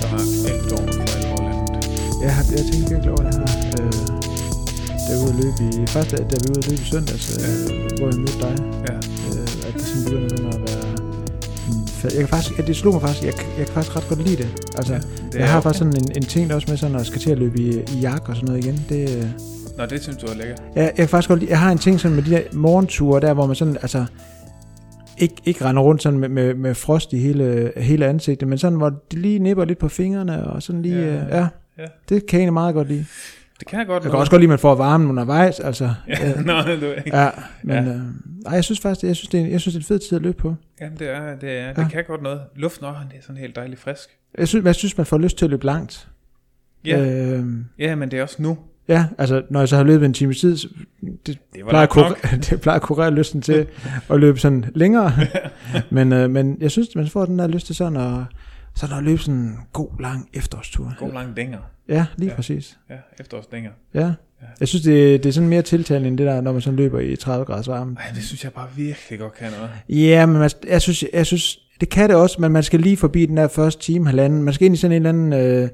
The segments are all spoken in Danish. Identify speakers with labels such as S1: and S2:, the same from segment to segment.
S1: Der har alt over for alvor landet.
S2: Jeg, har, jeg tænkte virkelig over det her. Øh, da vi var ude at løbe i, faktisk da, da vi var ude at løbe i søndags, øh,
S1: Ja.
S2: hvor jeg mødte dig,
S1: Ja.
S2: øh, at det sådan begynder sådan at være... mm, fa- Jeg kan faktisk, ja, det slog mig faktisk, jeg, kan- jeg kan faktisk ret godt lide det. Altså,
S1: Ja,
S2: ja,
S1: Det
S2: jeg
S1: er
S2: har
S1: jo-
S2: faktisk sådan en, en ting der også med sådan, at skal til at løbe i, i jak og sådan noget igen. Det, øh,
S1: Nå, det synes du er lækkert.
S2: Ja, jeg kan faktisk godt lide, jeg har en ting sådan med de der morgenture der, hvor man sådan, altså, ikke, ikke render rundt sådan med, med, med frost i hele, hele ansigtet, men sådan, hvor det lige nipper lidt på fingrene, og sådan lige,
S1: Ja,
S2: ja, øh, ja,
S1: ja.
S2: ja. det kan jeg egentlig meget godt lide.
S1: Det kan jeg godt.
S2: Jeg
S1: nå.
S2: kan også godt lide, at man får varmen undervejs, altså.
S1: Ja,
S2: øh,
S1: nå, du,
S2: ja men ja. Øh, ej, jeg synes faktisk, jeg synes, det er, en- jeg synes, det er en fed tid at løbe på.
S1: Jamen, det er, det er, det
S2: Ja.
S1: kan godt noget. Luften også, det er sådan helt dejligt frisk.
S2: Jeg synes, jeg synes, man får lyst til at løbe langt.
S1: Ja, øh.
S2: Øh,
S1: ja, men det er også nu.
S2: ja, altså, når jeg så har løbet en times tid, så
S1: Det
S2: plejer at
S1: langt nok.
S2: kurere, det plejer at kurere lysten til at løbe sådan længere. men, øh, men jeg synes, man får den der lyst til sådan at, sådan at løbe sådan en god, lang efterårstur.
S1: God langt længere.
S2: Ja, lige
S1: Ja.
S2: ja. præcis.
S1: Ja, efterårslængere.
S2: Ja. Jeg synes, det, det er sådan mere tiltalende end det der, når man sådan løber i 30 graders varme.
S1: Ej, det synes jeg bare virkelig godt kan noget.
S2: Ja, men man, jeg, synes, jeg synes, det kan det også, men man skal lige forbi den der første time, halvanden. Man skal ind i sådan en eller anden, øh,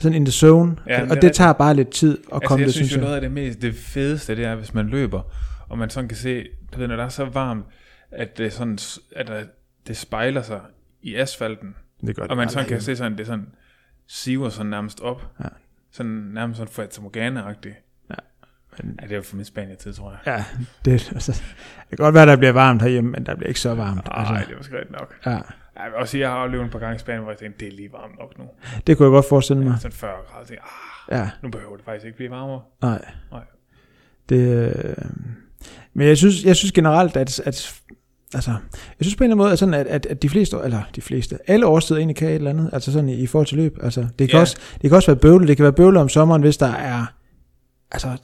S2: sådan in the zone,
S1: Ja,
S2: ja,
S1: men
S2: og
S1: det er
S2: det, det tager bare lidt tid at
S1: Altså,
S2: komme
S1: jeg
S2: det,
S1: synes
S2: synes
S1: jo
S2: jeg.
S1: noget af det mest, det fedeste, det er, hvis man løber, og man sådan kan se, du ved, når der er så varmt, at det, er sådan, at der, det spejler sig i asfalten,
S2: Det gør det
S1: og man
S2: bare
S1: sådan kan
S2: lidt.
S1: se sådan, det sådan siver sådan nærmest op.
S2: Ja.
S1: Sådan nærmest sådan Fata Morgana-agtigt.
S2: Ja. Men-
S1: Ja, det er jo for min Spanien-tid, tror jeg.
S2: Ja, det, altså, det kan godt være, der bliver varmt herhjemme, men der bliver ikke så varmt. Altså,
S1: Ej, det var sgu rigtigt nok.
S2: Ja,
S1: Ej, jeg vil også sige, jeg har oplevet et par gange i Spanien, hvor jeg tænkte, det er lige varmt nok nu.
S2: det kunne jeg godt forestille mig.
S1: Sådan 40 grader. Jeg tænkte, ah,
S2: Ja,
S1: nu behøver det faktisk ikke blive varmere.
S2: nej.
S1: Nej.
S2: Det, øh, men jeg synes, jeg synes generelt, at, at altså, jeg synes på en eller anden måde, at, sådan, at, at, at de fleste, eller de fleste, alle årstider egentlig kan et eller andet, altså sådan i, i forhold til løb. Altså, det, kan
S1: Ja.
S2: også, det kan også være bøvlet, det kan være bøvlet om sommeren, hvis der er altså,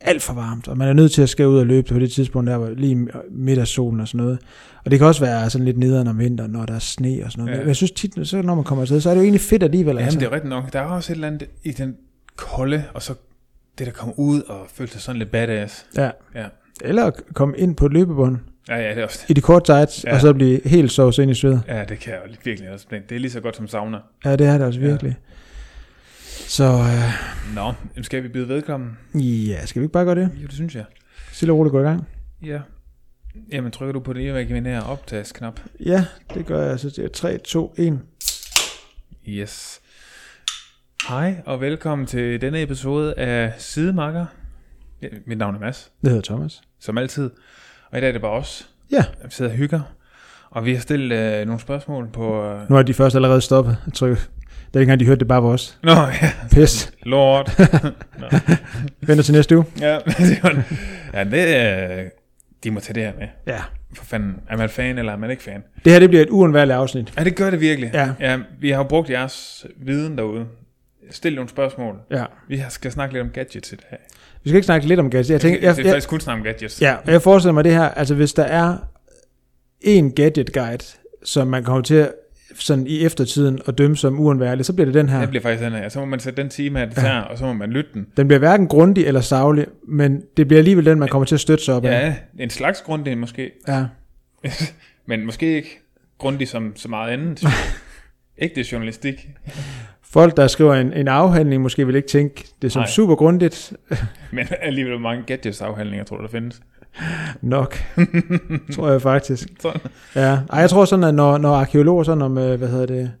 S2: alt for varmt, og man er nødt til at skære ud og løbe på det tidspunkt, der var lige midt af solen og sådan noget. Og det kan også være sådan lidt nederen om vinteren, når der er sne og sådan noget.
S1: Ja.
S2: Ja. Men jeg synes tit, så når man kommer afsted, så er det jo egentlig fedt alligevel.
S1: Jamen,
S2: altså.
S1: det er rigtigt nok. Der er også et eller andet i den kolde, og så det, der kommer ud og føler sig sådan lidt badass.
S2: Ja.
S1: Ja.
S2: Eller at komme ind på et løbebånd
S1: Ja, ja, det er også
S2: i de korte tights,
S1: Ja.
S2: ja. og så blive helt sovs ind i sved.
S1: Ja, det kan jeg jo virkelig også. Det er lige så godt som sauna.
S2: Ja, det er det altså
S1: Ja.
S2: virkelig. Så øh,
S1: Nå, jamen, skal vi byde vedkommen?
S2: ja, skal vi ikke bare gøre det?
S1: Jo, det synes jeg.
S2: Stille og roligt gå i gang.
S1: Ja. Jamen, trykker du på det imaginære optagsknap?
S2: Ja, det gør jeg. Så det er 3, 2, 1.
S1: Yes. Hej, og velkommen til denne episode af Sidemarker. Ja, mit navn er Mads,
S2: Det hedder Thomas.
S1: som altid. Og i dag er det bare os,
S2: Ja,
S1: der sidder og hygger. Og vi har stillet øh, nogle spørgsmål på... Øh...
S2: nu har de først allerede stoppet. Jeg tror, det er ikke engang, de hørte det bare var os.
S1: Nå, ja,
S2: Pest.
S1: lord.
S2: Venter til næste uge.
S1: Ja, det var, ja det, øh, de må tage det her med.
S2: Ja.
S1: For fanden, er man fan eller er man ikke fan?
S2: Det her, det bliver et uundværligt afsnit.
S1: Ja, det gør det virkelig.
S2: Ja.
S1: ja vi har jo brugt jeres viden derude. Stil nogle spørgsmål.
S2: Ja.
S1: Vi har- skal snakke lidt om gadgets i dag.
S2: Vi skal ikke snakke lidt om gadgets. Jeg tænker,
S1: jeg,
S2: jeg,
S1: det er
S2: jeg,
S1: faktisk kun snak om gadgets.
S2: ja, og jeg forestiller mig det her, altså hvis der er en gadget guide, som man kommer til at, sådan i eftertiden at dømme som uundværlig, så bliver det den her.
S1: Det bliver faktisk den her. Så må man sætte den time af det her, og så må man lytte den.
S2: Den bliver hverken grundig eller savlig, men det bliver alligevel den, man kommer til at støtte sig op af.
S1: Ja, en slags grundig måske.
S2: ja.
S1: Men måske ikke grundig som så meget andet. Ægte journalistik.
S2: Folk, der skriver en, en afhandling, måske vil ikke tænke det som
S1: Nej.
S2: Nej. super grundigt
S1: Men alligevel hvor mange gadgets-afhandlinger, tror du, der findes.
S2: nok, tror jeg faktisk.
S1: Sådan.
S2: Ja. Ej, jeg tror sådan, at når, når arkeologer sådan om, øh, hvad hedder det,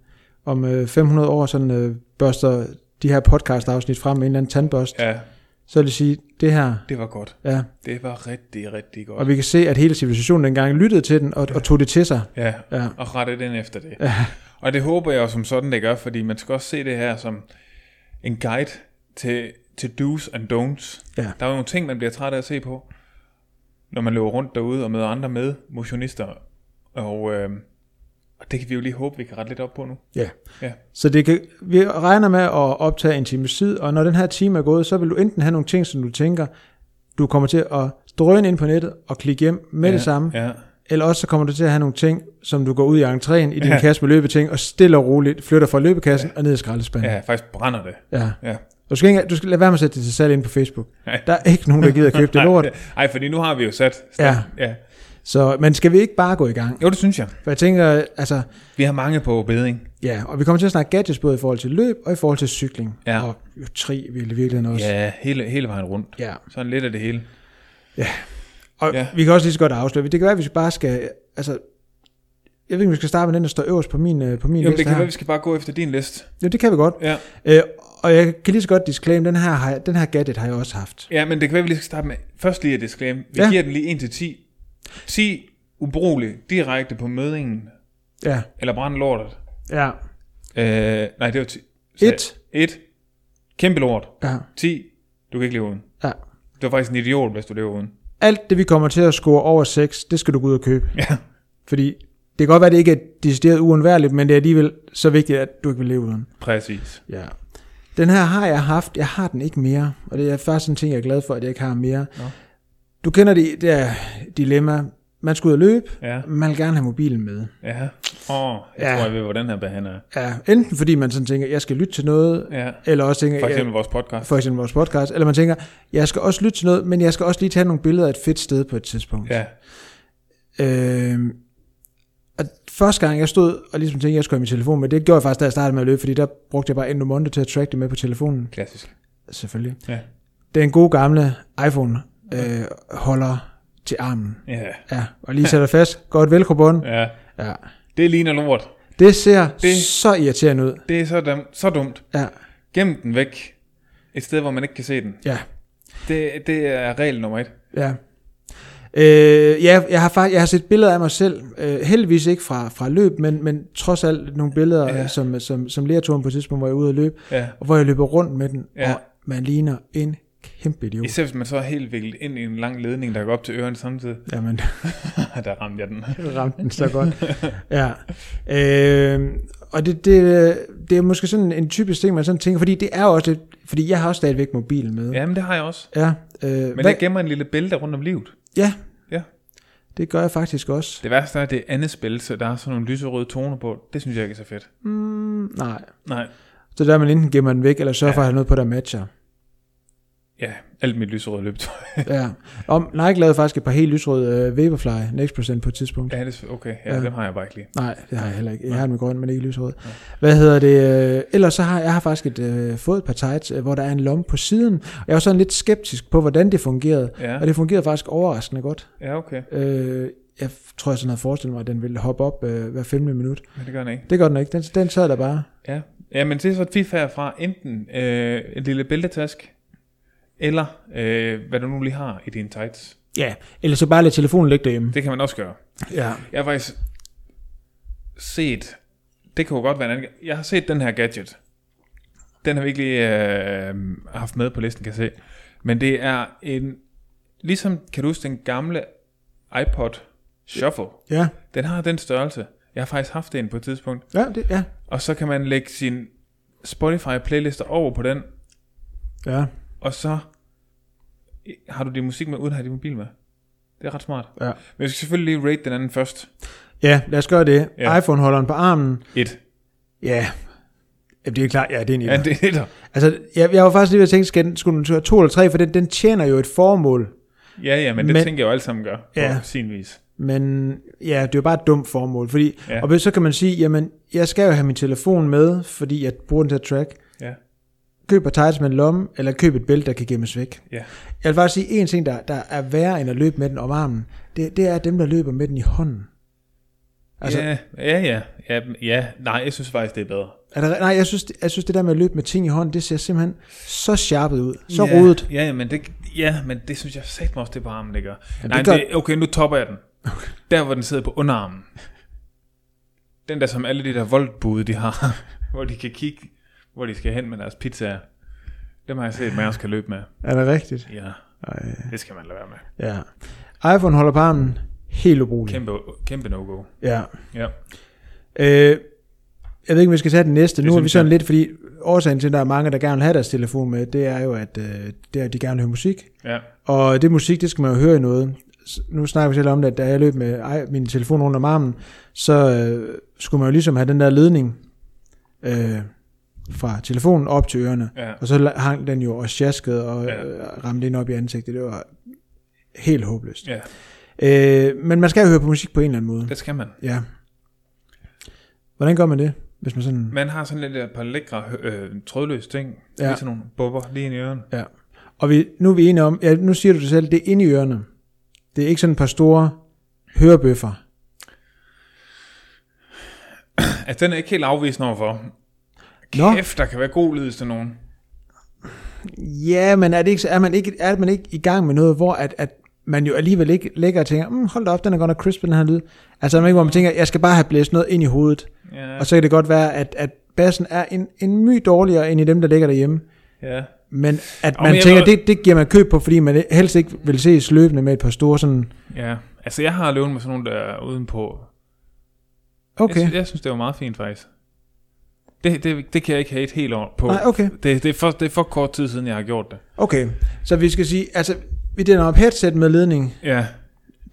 S2: om øh, 500 år sådan, øh, børster de her podcast-afsnit frem med en eller anden tandbørst, ja.
S1: Ja,
S2: så vil de sige, det her,
S1: det var godt.
S2: ja.
S1: Det var rigtig, rigtig godt.
S2: Og vi kan se, at hele civilisationen dengang lyttede til den og, og tog det til sig.
S1: Ja,
S2: Ja.
S1: og rette den efter det. Ja. Og det håber jeg jo som sådan, det gør, fordi man skal også se det her som en guide til, til do's and don'ts.
S2: Ja.
S1: Der er jo nogle ting, man bliver træt af at se på, når man løber rundt derude og møder andre med motionister. Og, øh, og det kan vi jo lige håbe, vi kan rette lidt op på nu.
S2: Ja.
S1: Ja.
S2: Så det kan, vi regner med at optage en times tid, og når den her time er gået, så vil du enten have nogle ting, som du tænker, du kommer til at drøne ind på nettet og klikke hjem med ja. det samme,
S1: Ja.
S2: eller også så kommer du til at have nogle ting, som du går ud i entréen i din ja. kasse med løbeting, og stille og roligt flytter fra løbekassen ja. og ned i skraldespanden.
S1: ja, faktisk brænder det.
S2: Ja.
S1: Ja.
S2: Og du skal, ikke, du skal lade være med at sætte det til salg ind på Facebook.
S1: Nej.
S2: Der er ikke nogen, der gider at købe det lort.
S1: Nej, Ej, fordi nu har vi jo sat.
S2: Ja.
S1: ja.
S2: Så, men skal vi ikke bare gå i gang?
S1: Jo, det synes jeg.
S2: For jeg tænker, altså,
S1: Vi har mange på beding.
S2: ja, og vi kommer til at snakke gadgets både i forhold til løb og i forhold til cykling.
S1: Ja.
S2: Og jo, tri vil i virkeligheden også.
S1: Ja, hele, hele vejen rundt.
S2: ja.
S1: Sådan lidt af det hele.
S2: Og
S1: Ja.
S2: ja. vi kan også lige så godt afsløre, det kan være, at vi skal bare skal, altså, jeg ved ikke, om vi skal starte med den, der står øverst på min, øh, på min
S1: Jo, men
S2: liste
S1: det kan
S2: her.
S1: være, vi skal bare gå efter din liste.
S2: Jo, det kan vi godt.
S1: Ja.
S2: Øh, og jeg kan lige så godt disclaim, den her, har jeg- den her gadget har jeg også haft.
S1: ja, men det kan være, vi lige skal starte med. Først lige at disclaim. Vi ja.
S2: Ja.
S1: giver den lige 1 til 10. 10 ubrugelig direkte på mødingen.
S2: Ja,
S1: Eller brænde lortet.
S2: ja.
S1: Øh, nej, det var 10.
S2: Et.
S1: 1. Kæmpe lort.
S2: Ja,
S1: 10. Du kan ikke leve uden.
S2: ja.
S1: Du er faktisk en idiot, hvis du lever uden.
S2: Alt det, vi kommer til at score over 6, det skal du gå ud og købe.
S1: Ja.
S2: Fordi det kan godt være, at det ikke er decideret uundværligt, men det er alligevel så vigtigt, at du ikke vil leve uden.
S1: Præcis.
S2: Ja. Den her har jeg haft, jeg har den ikke mere, og det er faktisk en ting, jeg er glad for, at jeg ikke har mere.
S1: Nå.
S2: Du kender det, det er dilemma. Man skal ud og løbe,
S1: Ja.
S2: man vil gerne have mobilen med.
S1: Ja. Åh, oh, jeg ja.
S2: Ja.
S1: tror, jeg ved, hvordan her behandler er.
S2: Ja, enten fordi man sådan tænker, jeg skal lytte til noget,
S1: Ja.
S2: eller også tænker,
S1: For
S2: jeg-
S1: eksempel vores podcast.
S2: for eksempel vores podcast, eller man tænker, jeg skal også lytte til noget, men jeg skal også lige tage nogle billeder af et fedt sted på et tidspunkt.
S1: Ja.
S2: Øhm, og første gang jeg stod og ligesom tænkte, at jeg skulle have min telefon med, det gjorde jeg faktisk, da jeg startede med at løbe, fordi der brugte jeg bare Endomondo til at track det med på telefonen.
S1: Klassisk.
S2: Selvfølgelig.
S1: Ja.
S2: Det er en god gamle iPhone øh, holder til armen.
S1: Ja.
S2: Ja, og lige sætter fast. Godt velcro
S1: Ja.
S2: Ja.
S1: Det ligner lort.
S2: Det ser
S1: Det-
S2: det. så irriterende ud.
S1: Det er så, dum, så dumt.
S2: Ja,
S1: Gem den væk. Et sted, hvor man ikke kan se den.
S2: ja,
S1: Det, det er regel nummer et.
S2: ja. Øh, ja, jeg har faktisk jeg har set billeder af mig selv, øh, heldigvis ikke fra, fra løb, men, men trods alt nogle billeder,
S1: Ja.
S2: ja. som, som, som lerturen på et tidspunkt, hvor jeg var ude at løbe,
S1: Ja.
S2: og hvor jeg løber rundt med den,
S1: Ja.
S2: ja. og man ligner en kæmpe idiot.
S1: Især hvis man så er helt viklet ind i en lang ledning, der går op til ørerne samtidig.
S2: Jamen,
S1: der ramte jeg den.
S2: ramte den så godt. ja. Øh, og det, det, det er måske sådan en typisk ting, man sådan tænker, fordi det er jo også lidt, fordi jeg har også stadigvæk mobilen med.
S1: Jamen, det har jeg også.
S2: Ja, øh,
S1: Men
S2: hvad,
S1: jeg gemmer en lille bælte rundt om livet.
S2: ja,
S1: Ja.
S2: det gør jeg faktisk også.
S1: Det værste er, at det er Annes bælte, der er sådan nogle lyserøde toner på. Det synes jeg ikke er så fedt.
S2: Mm, nej.
S1: Nej.
S2: Så der man enten gemmer den væk, eller sørger ja. for at have noget på, der matcher.
S1: Ja, alt mit lyserøde løbetøj.
S2: ja. Om Nike lavede faktisk et par helt lysrøde øh, Vaporfly Next Percent på et tidspunkt.
S1: ja, det er, okay. Ja, ja,
S2: Ja.
S1: dem har jeg bare ikke lige.
S2: Nej, det har jeg heller ikke. Jeg har den med grøn, men ikke lyserød. Hvad hedder det? øh, Ellers så har jeg har faktisk et, øh, fået et par tights, øh, hvor der er en lomme på siden. Og jeg var sådan lidt skeptisk på, hvordan det fungerede.
S1: Ja,
S2: Og det fungerede faktisk overraskende godt.
S1: ja okay.
S2: Øh, jeg tror, jeg sådan havde forestillet mig, at den ville hoppe op øh, hver femte minut.
S1: Men det gør den ikke.
S2: Det gør den ikke. Den, den sad der bare.
S1: Ja, ja men det er så et fif herfra. Enten øh, en lille bæltetask, eller øh, hvad du nu lige har i dine tights.
S2: Ja, eller så bare lade telefonen ligge derhjemme.
S1: Det kan man også gøre.
S2: Ja.
S1: Jeg har faktisk set, det kan jo godt være en anden, jeg har set den her gadget. Den har vi ikke lige øh, haft med på listen, kan jeg se. Men det er en, ligesom kan du huske den gamle iPod Shuffle.
S2: Ja,
S1: Den har den størrelse. Jeg har faktisk haft en på et tidspunkt.
S2: ja, det, ja.
S1: Og så kan man lægge sin Spotify playlister over på den,
S2: Ja,
S1: og så har du din musik med, uden at have din mobil med. Det er ret smart.
S2: Ja.
S1: Men vi skal selvfølgelig lige rate den anden først.
S2: ja lad os gøre det.
S1: Ja.
S2: Ja. iPhone-holderen på armen.
S1: Et.
S2: Ja, Jamen, det er klart, ja, det er en
S1: Ja,
S2: ja,
S1: det er etter.
S2: Altså, jeg, jeg var faktisk lige ved at tænke, skal den, skulle den tage to eller tre, for den, den tjener jo et formål.
S1: Ja, ja, men det men,
S2: Men-
S1: tænker jeg jo alle sammen gør, på ja.
S2: Ja.
S1: sin vis.
S2: Men ja, det er jo bare et dumt formål, fordi,
S1: Ja.
S2: ja. og hvis- så kan man sige, jamen, jeg skal jo have min telefon med, fordi jeg bruger den til at track.
S1: Ja.
S2: Køb et tights med en lomme, eller køb et bælte, der kan gemmes væk.
S1: Ja.
S2: Jeg vil bare sige, en ting, der, der er værre end at løbe med den om armen, det, det er dem, der løber med den i hånden.
S1: Altså,
S2: Altså,
S1: ja, ja, ja, ja, ja, nej, jeg synes faktisk, det er bedre.
S2: er der, nej, jeg synes, det- jeg synes, det der med at løbe med ting i hånden, det ser simpelthen så sharpet ud, så
S1: ja,
S2: rodet.
S1: Ja, ja, men det, ja, men det synes jeg satme også, det er på armen, det gør. Ja,
S2: det
S1: nej, det
S2: gør-
S1: Det, okay, nu topper jeg den. Der, hvor den sidder på underarmen. Den der, som alle de der voldbude, de har, hvor de kan kigge, hvor de skal hen med deres pizzaer. Dem har jeg set, man også kan løbe med.
S2: Er det rigtigt?
S1: Ja,
S2: Ej.
S1: det skal man lade være med.
S2: Ja. iPhone holder på armen, helt ubrugelig.
S1: Kæmpe, kæmpe no-go.
S2: Ja.
S1: Ja.
S2: Øh, jeg ved ikke, om vi skal tage den næste.
S1: Det
S2: Nu er vi
S1: synes
S2: sådan
S1: jeg.
S2: lidt, fordi årsagen til, at der er mange, der gerne vil have deres telefon med, det er jo, at øh, det er, at de gerne vil høre musik.
S1: ja.
S2: Og det musik, det skal man jo høre i noget. S- Nu snakker vi selv om det, at da jeg løb med ej, min telefon rundt om armen, så øh, skulle man jo ligesom have den der ledning. Øh, fra telefonen op til ørerne.
S1: Ja.
S2: Og så hang den jo og sjaskede og
S1: Ja.
S2: ja. ramte ind op i ansigtet. Det var helt håbløst.
S1: ja,
S2: Øh, men man skal jo høre på musik på en eller anden måde.
S1: det skal man.
S2: Ja. Hvordan gør man det, hvis man sådan...
S1: Man har sådan lidt et par lækre øh, trådløse ting. Ja.
S2: Ja.
S1: Lige sådan nogle bobber lige ind i ørerne.
S2: Ja. Og vi, nu er vi enige om... Ja, nu siger du det selv, det er inde i ørerne. Det er ikke sådan et par store hørebøffer.
S1: Altså, den er jeg ikke helt afvisende overfor.
S2: Nå.
S1: Kæft, der kan være god lyd til nogen.
S2: Ja, men er, det ikke, er, man ikke, er man ikke i gang med noget, hvor at, at man jo alligevel ikke ligger og tænker, mm, hold da op, den er godt nok crisp, den her lyd. Altså er man ikke, hvor man tænker, jeg skal bare have blæst noget ind i hovedet.
S1: Ja,
S2: Og så kan det godt være, at, at bassen er en, en my dårligere end i dem, der ligger derhjemme.
S1: ja.
S2: Men at
S1: Og
S2: man
S1: men jeg
S2: tænker,
S1: ved-
S2: det, det giver man køb på, fordi man helst ikke vil ses løbende med et par store sådan,
S1: ja. Altså, jeg har løven med sådan nogle, der er udenpå. Jeg,
S2: okay,
S1: synes, jeg synes, det var meget fint, faktisk. Det, det, det kan jeg ikke hate helt over på.
S2: nej, okay,
S1: Det, det, er for, det er for kort tid siden, jeg har gjort det.
S2: okay. Så vi skal sige, altså, vi den op headset med ledning,
S1: Ja,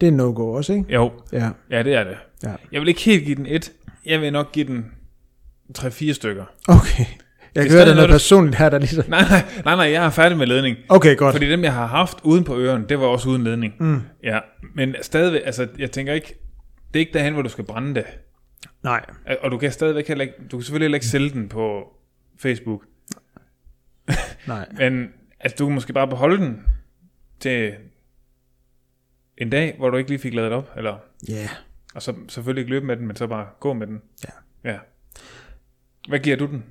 S2: det er en no-go også, ikke?
S1: jo.
S2: Ja,
S1: Ja, det er det.
S2: Ja.
S1: Jeg vil ikke helt give den et. Jeg vil nok give den 3-4 stykker.
S2: okay. Jeg
S1: stadig
S2: kan høre, der er
S1: noget,
S2: noget
S1: der-
S2: personligt her, der lige så...
S1: Nej, nej, nej, nej, jeg er færdig med ledning.
S2: Okay, godt.
S1: Fordi dem, jeg har haft uden på øren, det var også uden ledning.
S2: Mm.
S1: Ja, men stadigvæk, altså, jeg tænker ikke, det er ikke derhen, hvor du skal brænde det.
S2: Nej.
S1: Og du kan stadigvæk heller ikke, du kan selvfølgelig heller ikke sælge den på Facebook.
S2: Nej.
S1: Men altså, du kan måske bare beholde den til en dag, hvor du ikke lige fik lavet op, eller,
S2: Ja. Yeah.
S1: og så selvfølgelig ikke løbe med den, men så bare gå med den.
S2: Ja.
S1: Ja. Hvad giver du den?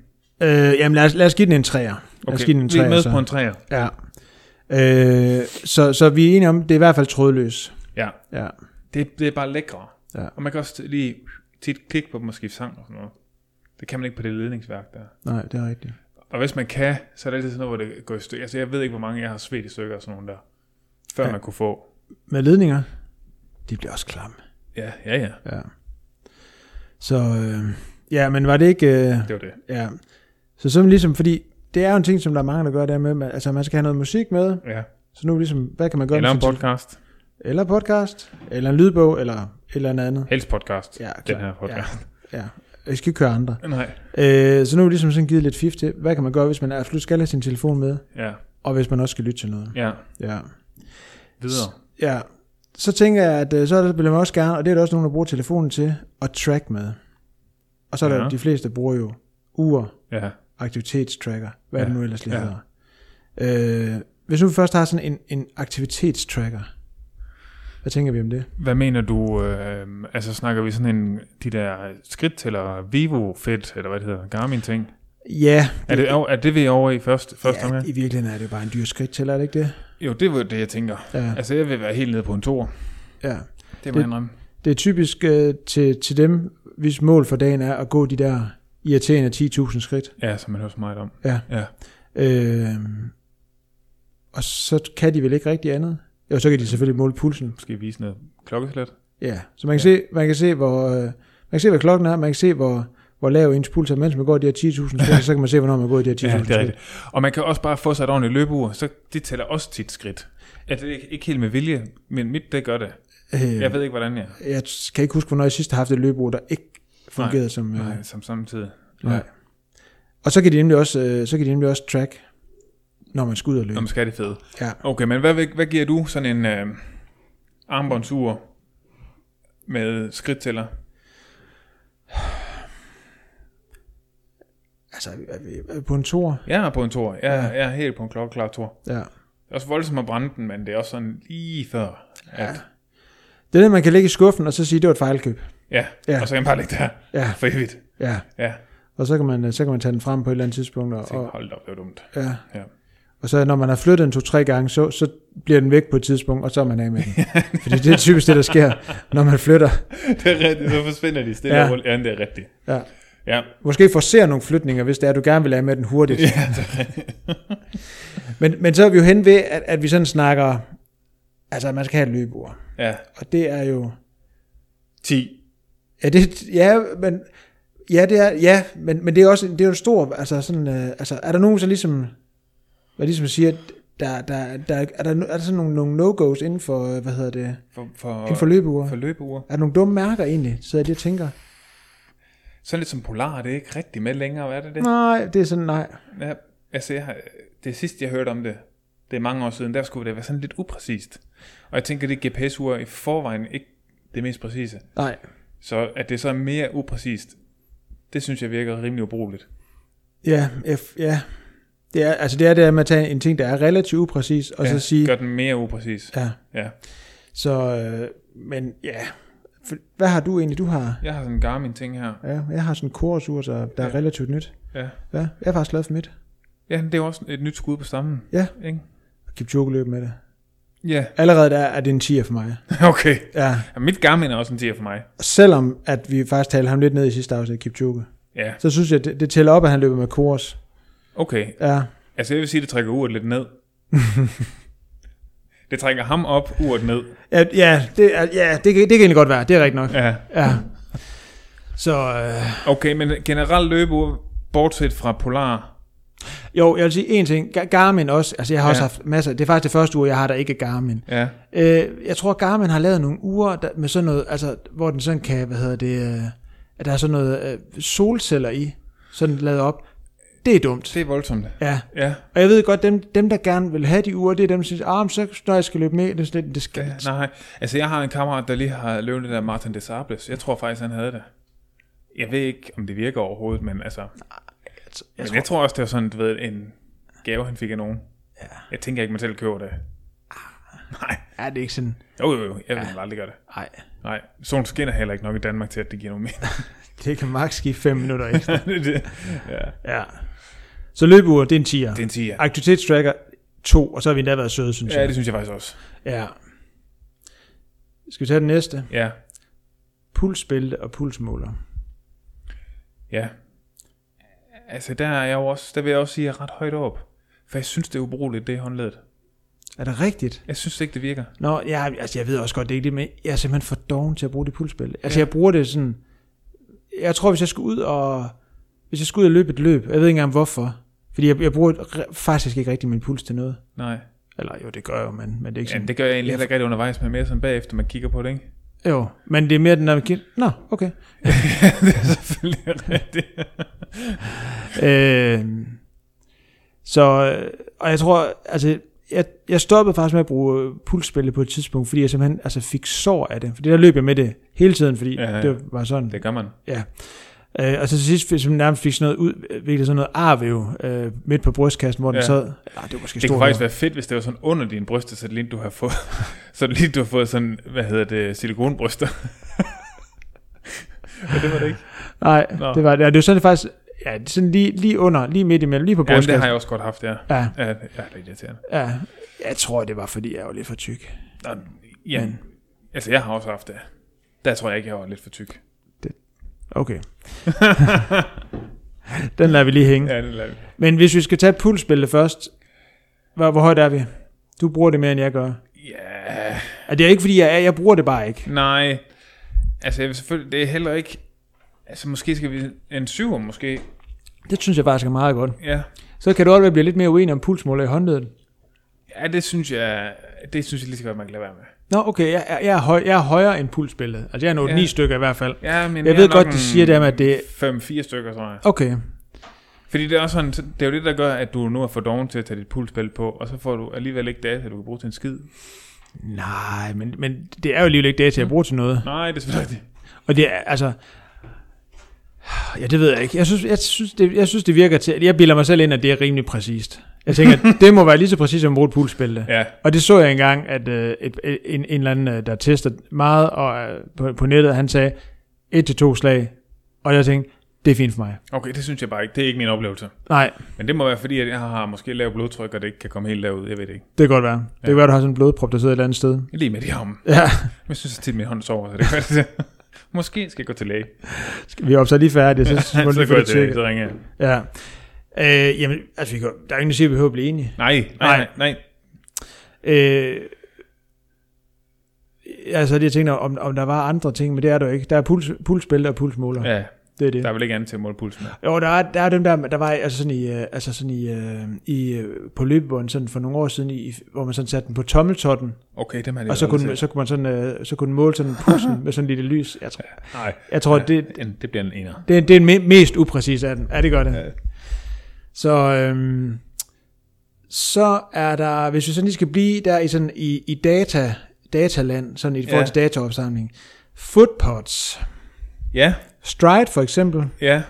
S2: Øh, jamen lad os, lad os give den en træer. Lad os give den en
S1: vi er
S2: træer,
S1: med
S2: så.
S1: på en træer.
S2: Ja. Øh, så, så vi er enige om, det er i hvert fald trådløs.
S1: Ja,
S2: Ja.
S1: det, det er bare lækre.
S2: Ja.
S1: Og man kan også lige tit klikke på dem og skifte sang og sådan noget. Det kan man ikke på det ledningsværk der.
S2: Nej, det er rigtigt.
S1: Og hvis man kan, så er det altid sådan noget, hvor det går i stykker. Altså, jeg ved ikke, hvor mange jeg har svedt i stykker og sådan nogle der, før ja.
S2: Ja.
S1: man kunne få.
S2: Med ledninger, de bliver også klamme.
S1: Ja, ja, ja.
S2: Ja. Så, øh, ja, men var det ikke... Øh,
S1: Det var det.
S2: ja. Så sådan ligesom, fordi det er jo en ting, som der er mange, der gør der med, man- altså man skal have noget musik med,
S1: Ja.
S2: så nu ligesom, hvad kan man gøre?
S1: Eller
S2: med
S1: en
S2: sin-
S1: podcast.
S2: eller podcast, eller en lydbog, eller et eller andet.
S1: Helst podcast.
S2: Ja,
S1: Den
S2: klart.
S1: her podcast.
S2: Ja, jeg skal ikke køre andre.
S1: Ja. Nej.
S2: Øh, så nu er vi ligesom sådan givet lidt fif til, hvad kan man gøre, hvis man absolut skal have sin telefon med,
S1: Ja,
S2: og hvis man også skal lytte til noget.
S1: ja.
S2: Ja.
S1: Videre.
S2: ja. Så tænker jeg, at øh, så er der- vil man også gerne, og det er der også nogen, der bruger telefonen til, at track med. Og så er der
S1: Ja.
S2: ja. de fleste, der bruger jo uger,
S1: Ja.
S2: aktivitetstracker, hvad
S1: Ja.
S2: ja. det nu ellers lige
S1: Ja.
S2: hedder. Øh, hvis nu vi først har sådan en, en aktivitetstracker, hvad tænker vi om det?
S1: Hvad mener du, øh, altså snakker vi sådan en, de der skridt eller Vivo Fit, eller hvad det hedder, Garmin ting?
S2: Ja,
S1: Er det, er det vi er over i første, første ja,
S2: ja
S1: omgang?
S2: i virkeligheden er det jo bare en dyr skridt til, er det ikke det?
S1: Jo, det var det, jeg tænker.
S2: Ja,
S1: Altså, jeg vil være helt nede på en tor.
S2: ja.
S1: Det må
S2: Det-
S1: jeg indrømme.
S2: Det er typisk øh, til, til dem, hvis mål for dagen er at gå de der irriterende 10.000 skridt.
S1: Ja, som man hører så meget om.
S2: Øh, og så kan de vel ikke rigtig andet. Jo, så kan de selvfølgelig måle pulsen.
S1: Måske vise noget klokkeslæt.
S2: Ja, så man kan, ja. se, man kan se, hvor... Øh, man kan se, hvad klokken er, man kan se, hvor, hvor lav ens puls er, mens man går de her 10.000 skridt, og så kan man se, hvornår man går de her 10.000
S1: Ja, det er
S2: skridt.
S1: rigtigt. Og man kan også bare få sig et ordentligt løbeur, så det tæller også tit skridt. Altså, det er ikke- ikke helt med vilje, men mit, det gør det.
S2: Øh,
S1: Jeg ved ikke, hvordan jeg
S2: jeg kan ikke huske, hvornår jeg sidst har haft et løbeord, der ikke fungerede Nej. som... Øh,
S1: Nej, som samtidig.
S2: Nej. Og så kan de nemlig også, øh, så kan de nemlig også track, når man skal ud og løbe.
S1: Om skal det fede.
S2: Ja.
S1: Okay, men hvad, vil- hvad giver du sådan en øh, armbåndsur med skridttæller?
S2: Altså, er vi, er vi, er vi på en tor?
S1: Jeg er på en tor. Jeg, ja. jeg er helt på en klokkeklar tor.
S2: Ja.
S1: Det er også voldsomt at brænde den, men det er også sådan lige før. At, ja.
S2: Det er det, man kan lægge i skuffen, og så sige, det var et fejlkøb.
S1: Ja, ja,
S2: Ja.
S1: og så kan man bare ligge der
S2: Ja,
S1: for evigt.
S2: ja.
S1: Ja,
S2: Og så kan man, øh, så kan man tage den frem på et eller andet tidspunkt. Og,
S1: tænk,
S2: og,
S1: hold da op, det var dumt.
S2: ja.
S1: Ja.
S2: og så når man har flyttet den to-tre gange, så, så bliver den væk på et tidspunkt, og så er man af med den. Fordi det er typisk det, der sker, når man flytter.
S1: det er rigtigt, så forsvinder de stille
S2: Ja.
S1: ja. og roligt. Ja, det er rigtigt.
S2: Ja.
S1: Ja,
S2: Måske forser nogle flytninger, hvis det er, du gerne vil af med den hurtigt.
S1: ja det er rigtigt.
S2: Men, men så er vi jo hen ved, at, at vi sådan snakker, altså at man skal have et løbeord.
S1: Ja,
S2: Og det er jo,
S1: 10.
S2: Ja, det, ja, men, ja, det er, ja, men, men det er også det er jo en stor, altså sådan, øh, altså, er der nogen, så ligesom, hvad ligesom siger, der, der, der, er, der, er der sådan nogle, nogle no-go's inden for, øh, hvad hedder det,
S1: For, for,
S2: inden for løbeure?
S1: for løbeure.
S2: Er der nogle dumme mærker egentlig, sidder jeg lige og tænker?
S1: Sådan lidt som Polar, det er ikke rigtig med længere, hvad er det det?
S2: Nej, det er sådan, nej.
S1: Ja, altså, jeg har, det sidste, jeg hørte om det, det er mange år siden, der skulle det være sådan lidt upræcist. Og jeg tænker, det GPS-ur er i forvejen ikke det mest præcise.
S2: Nej.
S1: Så at det så er mere upræcist, det synes jeg virker rimelig ubrugeligt.
S2: Ja, F, ja. Det er, altså det er det der med at tage en ting, der er relativt upræcis, og ja, så sige...
S1: Gør den mere upræcis.
S2: Ja,
S1: Ja.
S2: så... Øh, men ja... For, hvad har du egentlig? Du har...
S1: Jeg har sådan en Garmin-ting her.
S2: Ja, jeg har sådan en korsur, der, der er
S1: Ja.
S2: relativt nyt.
S1: Ja.
S2: Ja, jeg er faktisk glad for mit.
S1: ja, det er jo også et nyt skud på stammen.
S2: Ja.
S1: Ikke?
S2: Kipchoge løb med det.
S1: Ja,
S2: Allerede der er det en 10'er for mig.
S1: okay.
S2: Ja.
S1: Ja, mit Garmin er også en 10'er for mig.
S2: Selvom at vi faktisk talte ham lidt ned i sidste afsnit, Kipchoge,
S1: Ja,
S2: så synes jeg, det, det tæller op, at han løber med kors.
S1: okay.
S2: Ja,
S1: Altså jeg vil sige, det trækker uret lidt ned. det trækker ham op, uret ned.
S2: ja, ja, det, er- ja det, kan, det kan egentlig godt være. Det er rigtigt nok.
S1: Ja.
S2: Ja. Så øh,
S1: Okay, men generelt løbeur, bortset fra Polar.
S2: jo, jeg vil sige en ting. Ga- Garmin også. Altså jeg har ja. også
S1: Ja.
S2: haft masser. Det er faktisk det første uge, jeg har, der ikke er Garmin.
S1: Ja,
S2: Øh, jeg tror, Garmin har lavet nogle uger der, med sådan noget, altså, hvor den sådan kan, hvad hedder det, øh, at der er sådan noget øh, solceller i, sådan lavet op. Det er dumt.
S1: det er voldsomt.
S2: Ja,
S1: Ja,
S2: og jeg ved godt, dem, dem der gerne vil have de uger, det er dem, der synes, ah, men så når jeg skal løbe med, det, er sådan lidt, det skal,
S1: ja, nej. Altså jeg har en kammerat, der lige har løbet det der Martin Desables. Jeg tror faktisk, han havde det. Jeg ved ikke, om det virker overhovedet, men altså...
S2: altså,
S1: Jeg, men tror... jeg tror også, det var sådan, du ved, en gave, han fik af nogen.
S2: Ja.
S1: Jeg tænker ikke, man selv køber det. Nej.
S2: Ja, det er ikke sådan,
S1: Jo, jo, jo. Jeg vil ja. aldrig gøre det.
S2: nej,
S1: Nej. Solen skinner heller ikke nok i Danmark til, at det giver nogen mening.
S2: det kan maks give fem minutter ekstra.
S1: Det er det. ja.
S2: ja. Så løbeur, det er en 10'er.
S1: Det er en 10'er.
S2: Aktivitetstracker, 2, og så har vi endda været søde, synes
S1: Ja,
S2: jeg.
S1: det synes jeg faktisk også.
S2: Ja. Skal vi tage den næste?
S1: Ja,
S2: Pulsbælte og pulsmåler.
S1: ja. Altså, der er jeg jo også, der vil jeg også sige, at jeg er ret højt op. For jeg synes, det er ubrugeligt, det håndledet.
S2: Er det rigtigt?
S1: Jeg synes ikke, det virker.
S2: Nå, jeg, altså jeg ved også godt, det er ikke det, men jeg er simpelthen for doven til at bruge det pulsbælte. Altså ja. jeg bruger det sådan, jeg tror, hvis jeg skulle ud og, hvis jeg skulle ud og løbe et løb, jeg ved ikke engang hvorfor, fordi jeg, jeg bruger re- faktisk ikke rigtig min puls til noget.
S1: Nej.
S2: Eller jo, det gør jeg jo, men, men det er ikke
S1: Ja,
S2: sådan.
S1: det gør jeg egentlig heller ikke rigtig undervejs, men mere sådan bagefter, man kigger på det, ikke?
S2: Ja, Jo, men det er mere den der, man kigger- nå, okay.
S1: ja, det er selvfølgelig rigtigt.
S2: Øh, så, øh, og jeg tror, altså, jeg, jeg stoppede faktisk med at bruge pulsspillet på et tidspunkt, fordi jeg simpelthen altså, fik sår af det. Fordi der løb jeg med det hele tiden, fordi ja,
S1: Ja,
S2: ja.
S1: ja.
S2: det var sådan.
S1: Det gør man.
S2: Ja. Øh, og så til sidst fik- som nærmest fik sådan noget ud, virkelig sådan noget arvæv øh, midt på brystkassen, hvor den
S1: Ja.
S2: sad. Ja, det var måske
S1: Det
S2: stort
S1: kunne faktisk
S2: nok.
S1: være fedt, hvis det var sådan under din bryster, så det lige du har fået, så det lige du har fået sådan, hvad hedder det, silikonbryster. Men det var det ikke.
S2: Nej,
S1: Nå.
S2: det var, ja, det var sådan det faktisk, ja, det er sådan lige, lige under, lige midt imellem, lige på
S1: Ja, det har
S2: brystkassen.
S1: jeg også godt haft, ja.
S2: Ja,
S1: Ja, det ja, det er irriterende.
S2: ja. Jeg tror, det var, fordi jeg var lidt for tyk.
S1: Nå, ja,
S2: Men-
S1: altså jeg har også haft det. Der tror jeg ikke, jeg var lidt for tyk.
S2: Mm. Okay. den lader vi lige hænge.
S1: Ja, det lader vi.
S2: Men hvis vi skal tage pulsspillet først, hvor, hvor højt er vi? Du bruger det mere, end jeg gør.
S1: Ja,
S2: Og det er ikke, fordi jeg, er, jeg bruger det bare ikke.
S1: nej. Altså jeg vil selvfølgelig, det er heller ikke, altså måske skal vi en syver måske.
S2: Det synes jeg faktisk er meget godt.
S1: Ja,
S2: Så kan du også blive lidt mere uenig om pulsmåler i håndledet.
S1: ja det synes jeg, det synes jeg lige så godt, man kan lade være med.
S2: Nå, okay, jeg, jeg, jeg, er, høj, jeg er højere end pulsspillet. Altså, jeg er nået
S1: Ja.
S2: ni stykker i hvert fald.
S1: Ja, men
S2: Jeg
S1: er
S2: ved
S1: nok
S2: godt, de siger det med, at det-
S1: 5-4 stykker, tror jeg.
S2: Okay,
S1: Fordi det er, også sådan, det er jo det, der gør, at du nu er for doven til at tage dit pulspil på, og så får du alligevel ikke data, du kan bruge til en skid.
S2: nej, men, men det er jo alligevel ikke data, jeg bruger til noget.
S1: Nej, det er selvfølgelig rigtigt.
S2: Og det er, altså... Ja, det ved jeg ikke. Jeg synes, jeg synes, det, jeg synes, det virker til... Jeg bilder mig selv ind, at det er rimelig præcist. Jeg tænker, at det må være lige så præcist, som at bruge et pulsspil.
S1: Ja,
S2: Og det så jeg engang, at øh, et, en, en eller anden, øh, der tester meget og, øh, på, på nettet, han sagde, et til to slag. Og jeg tænkte, det er fint for mig.
S1: okay, det synes jeg bare ikke. Det er ikke min oplevelse.
S2: Nej,
S1: Men det må være fordi, at jeg har måske lavt blodtryk, og det ikke kan komme helt derud. Jeg ved det ikke.
S2: det kan godt være. Det kan
S1: Ja.
S2: være, du har sådan en blodprop, der sidder et eller andet sted.
S1: Lige med i armen.
S2: Ja,
S1: Jeg synes at tit, min hånd sover, så det gør det. Måske skal jeg gå til læge.
S2: vi er opsat lige færdige, så
S1: Så
S2: skal vi lige få
S1: går jeg
S2: det
S1: til læge,
S2: tjekket.
S1: så ringer jeg.
S2: Ja. Øh, jamen, altså, vi kan, der er jo ingen, der siger, at vi behøver at blive enige.
S1: Nej,
S2: Nej.
S1: nej, nej, nej.
S2: Øh, altså, jeg tænkte, om, om der var andre ting, men det er der jo ikke. Der er puls, pulsbælte og pulsmåler.
S1: Ja,
S2: det er det.
S1: Der er vel ikke andet til at måle pulsen med.
S2: Jo, der er, der er dem der, der var altså sådan i, øh, altså sådan i, øh, i øh, på løbebånd sådan for nogle år siden, i, hvor man sådan satte den på tommeltotten,
S1: Okay, dem har jeg
S2: og så
S1: aldrig
S2: kunne,
S1: set.
S2: så kunne man sådan, øh, så kunne den måle sådan pulsen med sådan et lille lys. Jeg tror,
S1: Nej,
S2: jeg tror det,
S1: en- det bliver en ener.
S2: det, er- det er den me- mest upræcise af den. Ja, det gør det.
S1: Ja.
S2: Så, øhm, så er der, hvis vi sådan lige skal blive der i, sådan, i, i data, dataland, sådan i forhold
S1: Ja.
S2: til dataopsamling, footpods,
S1: Ja,
S2: Stride for eksempel,
S1: ja.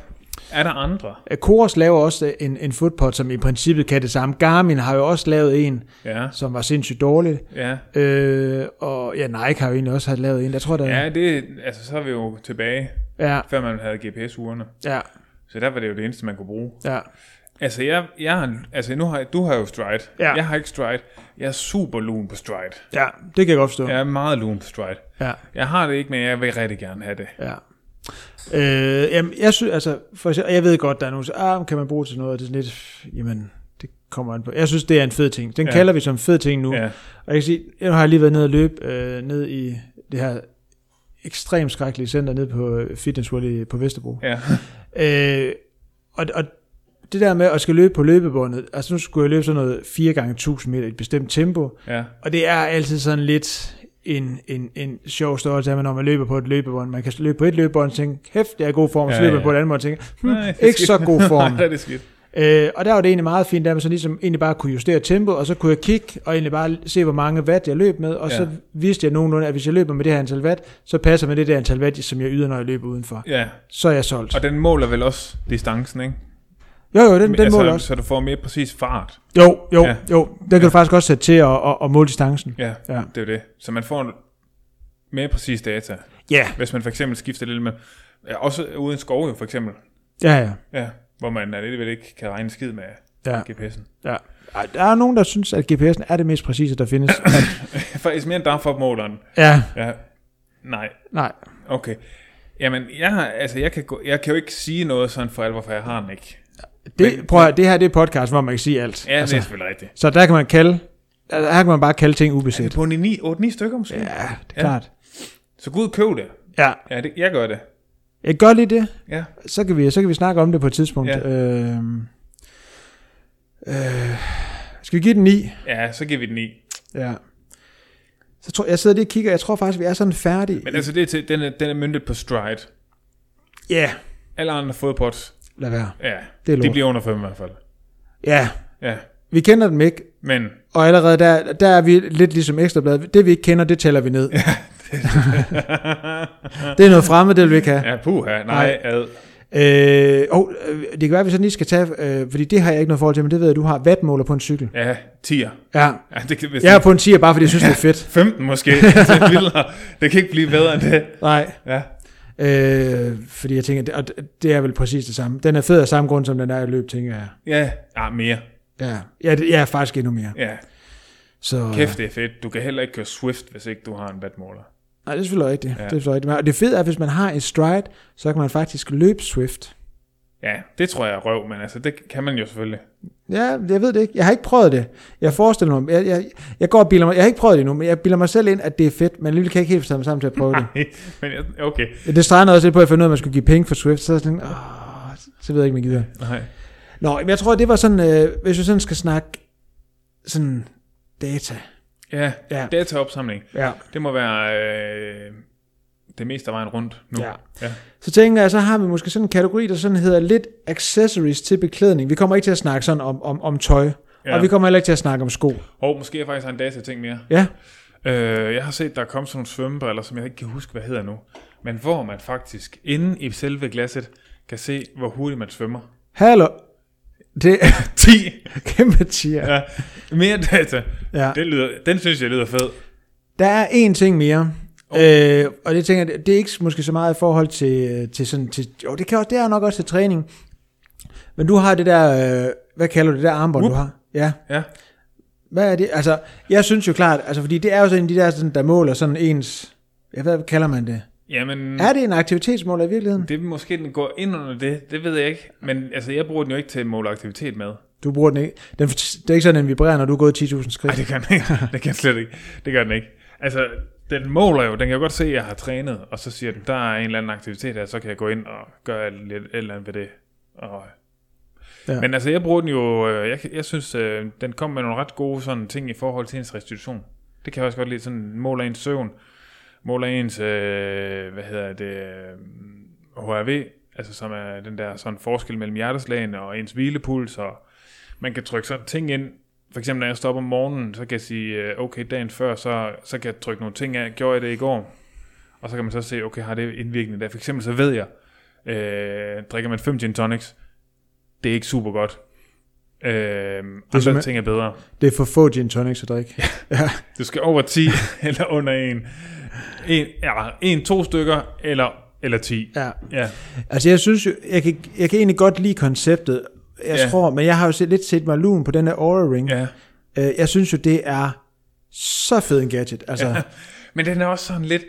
S1: Er der andre?
S2: Øh, Koros laver også en, en footpod, som i princippet kan det samme. Garmin har jo også lavet en,
S1: Ja,
S2: som var sindssygt dårlig.
S1: ja.
S2: Øh, og ja, Nike har jo egentlig også har lavet en, der tror der...
S1: Ja, det, altså, så er vi jo tilbage,
S2: ja,
S1: før man havde GPS-urene.
S2: ja,
S1: Så der var det jo det eneste, man kunne bruge.
S2: ja.
S1: Altså, jeg, jeg har, altså nu har, du har jo stride.
S2: Ja.
S1: Jeg har ikke stride. Jeg er super lun på stride.
S2: ja det kan jeg godt forstå.
S1: Jeg er meget lun på stride.
S2: ja.
S1: Jeg har det ikke, men jeg vil rigtig gerne have det.
S2: Ja. Øh, jamen, jeg synes, altså, for eksempel, jeg ved godt, der er nogen, der siger, ah, men kan man bruge til noget, og det er sådan lidt, jamen, det kommer an på. Jeg synes, det er en fed ting. Den
S1: Ja.
S2: ja. kalder vi som en fed ting nu. Ja.
S1: Ja,
S2: Og jeg kan sige, nu har jeg lige været nede og løbe øh, ned i det her ekstremt skrækkelige center nede på øh, Fitness World i- på Vesterbro.
S1: ja,
S2: Øh, og, og det der med at skal løbe på løbebåndet, altså nu skulle jeg løbe sådan noget 4 gange 1000 meter i et bestemt tempo,
S1: ja.
S2: og det er altid sådan lidt en, en, en sjov størrelse, at man, når man løber på et løbebånd. Man kan løbe på et løbebånd og tænke, kæft, jeg er i god form, og så
S1: Ja,
S2: løber
S1: ja.
S2: man på et andet bånd og tænker, hm,
S1: Nej, det er
S2: ikke så
S1: skidt.
S2: god form.
S1: Nej, det er skidt.
S2: øh, og der var det egentlig meget fint, at man så ligesom egentlig bare kunne justere tempoet, og så kunne jeg kigge og egentlig bare se, hvor mange watt jeg løb med, og
S1: Ja.
S2: så vidste jeg nogenlunde, at hvis jeg løber med det her antal watt, så passer med det der antal watt, som jeg yder, når jeg løber udenfor.
S1: Ja,
S2: Så er jeg solgt.
S1: og den måler vel også distancen, ikke?
S2: Jo, jo, den, den
S1: altså,
S2: måler også.
S1: Så du får mere præcis fart.
S2: Jo, jo,
S1: Ja.
S2: ja. jo. Den kan du faktisk også sætte til at, at, at måle distancen.
S1: Ja,
S2: Ja.
S1: det er jo det. Så man får en mere præcis data.
S2: Ja,
S1: Hvis man for eksempel skifter lidt med... Ja, også uden skov jo, for eksempel.
S2: ja, ja.
S1: Ja, hvor man alligevel ikke kan regne skid med
S2: ja.
S1: GPS'en.
S2: Ja. Ej, Der er nogen, der synes, at GPS'en er det mest præcise, der findes.
S1: Faktisk mere end DAF-opmåleren.
S2: ja,
S1: Ja. Nej,
S2: nej.
S1: okay. Jamen, jeg, har, altså, jeg, kan, gå, jeg kan jo ikke sige noget sådan for alvor, for jeg har den ikke.
S2: Det,
S1: Men-
S2: prøv at, høre, det her det er podcast, hvor man kan sige alt.
S1: Ja, altså, det er
S2: altså,
S1: selvfølgelig rigtigt.
S2: så der kan man kalde, altså, her kan man bare kalde ting
S1: Er det
S2: ubeset.
S1: på en 9, 8-9 stykker måske? Ja.
S2: Ja, det er klart.
S1: Så gå ud og køb det.
S2: Ja,
S1: Ja, det, jeg gør det.
S2: jeg gør lige det.
S1: Ja.
S2: Så kan, vi, så kan vi snakke om det på et tidspunkt.
S1: Ja.
S2: Ja. Øhm, øh, skal vi give den 9?
S1: ja, så giver vi den 9.
S2: Ja. Så tror, jeg sidder lige og kigger, jeg tror faktisk, vi er sådan færdige.
S1: Men altså, det er til, den, er, den er myndet på stride.
S2: Ja, yeah.
S1: Alle andre fodpods,
S2: lad være.
S1: ja,
S2: Det er lort.
S1: de bliver under 5 i hvert fald.
S2: Ja,
S1: Ja,
S2: vi kender dem ikke,
S1: men
S2: og allerede der, der er vi lidt ligesom ekstrabladet. Det vi ikke kender, det tæller vi ned. Det er noget fremmed, det vil vi ikke have.
S1: ja, puha, nej,
S2: Nej.
S1: ad.
S2: Øh, og øh, det kan være, at vi sådan lige skal tage, øh, fordi det har jeg ikke noget forhold til, men det ved jeg, du har wattmåler på en cykel.
S1: Ja, 10'er.
S2: Ja,
S1: Ja, det kan, hvis
S2: jeg
S1: ja.
S2: er på en 10'er, bare fordi jeg synes, det er fedt.
S1: 15 måske. det, er vildere. det kan ikke blive bedre end det.
S2: Nej,
S1: Ja,
S2: øh, fordi jeg tænker, det, og det- det er vel præcis det samme. Den er fed af samme grund, som den er i løb, tænker jeg.
S1: ja, ja Ah, mere.
S2: Ja, ja, det, ja faktisk endnu mere.
S1: Ja,
S2: Så,
S1: kæft, det er fedt. Du kan heller ikke køre Swift, hvis ikke du har en vatmåler.
S2: Nej, det er selvfølgelig rigtigt.
S1: Ja.
S2: Ja. Det er selvfølgelig rigtigt. Men- Og det fede er, at hvis man har en stride, så kan man faktisk løbe swift.
S1: Ja, det tror jeg er røv, men altså, det kan man jo selvfølgelig.
S2: Ja, jeg ved det ikke. Jeg har ikke prøvet det. Jeg forestiller mig, jeg, jeg, jeg går og bilder mig, jeg har ikke prøvet det endnu, men jeg bilder mig selv ind, at det er fedt, men alligevel kan jeg ikke helt forstå mig sammen til at prøve det.
S1: Nej, men jeg- okay.
S2: Ja, Det strandede også lidt på, at jeg fandt ud af, at man skulle give penge for Swift. Så er jeg sådan, åh, så ved jeg ikke, om jeg gider.
S1: Nej.
S2: Nå, men jeg tror, det var sådan, øh, hvis vi sådan skal snakke sådan data.
S1: Ja,
S2: Ja.
S1: dataopsamling.
S2: Ja.
S1: Det må være øh, det meste af vejen rundt nu.
S2: Ja.
S1: ja.
S2: Så tænker jeg, så har vi måske sådan en kategori, der sådan hedder lidt accessories til beklædning. Vi kommer ikke til at snakke sådan om, om, om tøj,
S1: Ja.
S2: ja. og vi kommer heller ikke til at snakke om sko.
S1: Og måske jeg faktisk har en datating mere.
S2: Ja,
S1: Øh, jeg har set, der er kommet sådan nogle svømmebriller, som jeg ikke kan huske, hvad hedder nu. Men hvor man faktisk inde i selve glasset kan se, hvor hurtigt man svømmer.
S2: hallo. Det er
S1: 10!
S2: kæmpe tier.
S1: Ja. Mere data.
S2: Ja.
S1: Det lyder, den synes jeg lyder fed.
S2: Der er én ting mere, oh. øh, og det tænker jeg, det er ikke måske så meget i forhold til, øh, til sådan, til, jo, det, kan også, det er nok også til træning, men du har det der, øh, hvad kalder du det der armbånd,
S1: Whoop.
S2: du har? Ja.
S1: Ja.
S2: Hvad er det? Altså, jeg synes jo klart, altså, fordi det er jo sådan en af de der, sådan, der måler sådan ens, jeg ved, hvad kalder man det?
S1: Jamen,
S2: Er det en aktivitetsmåler i virkeligheden?
S1: det er måske, den går ind under det. Det ved jeg ikke. Men altså, jeg bruger den jo ikke til at måle aktivitet med.
S2: Du bruger den ikke. Den, det er ikke sådan, den vibrerer, når du er gået 10.000 skridt.
S1: Nej, det kan den ikke. Det kan jeg slet ikke. Det gør den ikke. Altså, Den måler jo, den kan jo godt se, at jeg har trænet, og så siger den, der er en eller anden aktivitet her, så kan jeg gå ind og gøre lidt et eller andet ved det. Og...
S2: Ja.
S1: Ja. Men altså, jeg bruger den jo, øh, jeg, jeg synes, øh, den kom med nogle ret gode sådan ting i forhold til ens restitution. Det kan jeg også godt lide, sådan måler ens søvn, måler ens, øh, hvad hedder det, øh, HRV, altså som er den der sådan forskel mellem hjerteslagene og ens hvilepuls, og man kan trykke sådan ting ind, for eksempel når jeg står op om morgenen, så kan jeg sige, øh, okay, dagen før, så, så kan jeg trykke nogle ting af, gjorde jeg det i går? Og så kan man så se, okay, har det indvirkning der? For eksempel så ved jeg, øh, drikker man 5 gin tonics, det er ikke super godt. Øh,
S2: simpelthen-
S1: andre ting er bedre.
S2: Det er for få gin tonics at drikke. Ja.
S1: Du skal over 10 eller under en. En, ja, en, to stykker eller, eller 10.
S2: ja.
S1: Ja.
S2: Altså jeg synes jo, jeg kan, jeg kan egentlig godt lide konceptet, jeg
S1: Ja.
S2: tror, men jeg har jo set, lidt set mig lun på den her Aura Ring.
S1: ja.
S2: Øh, jeg synes jo, det er så fed en gadget. Altså, ja.
S1: Men den er også sådan lidt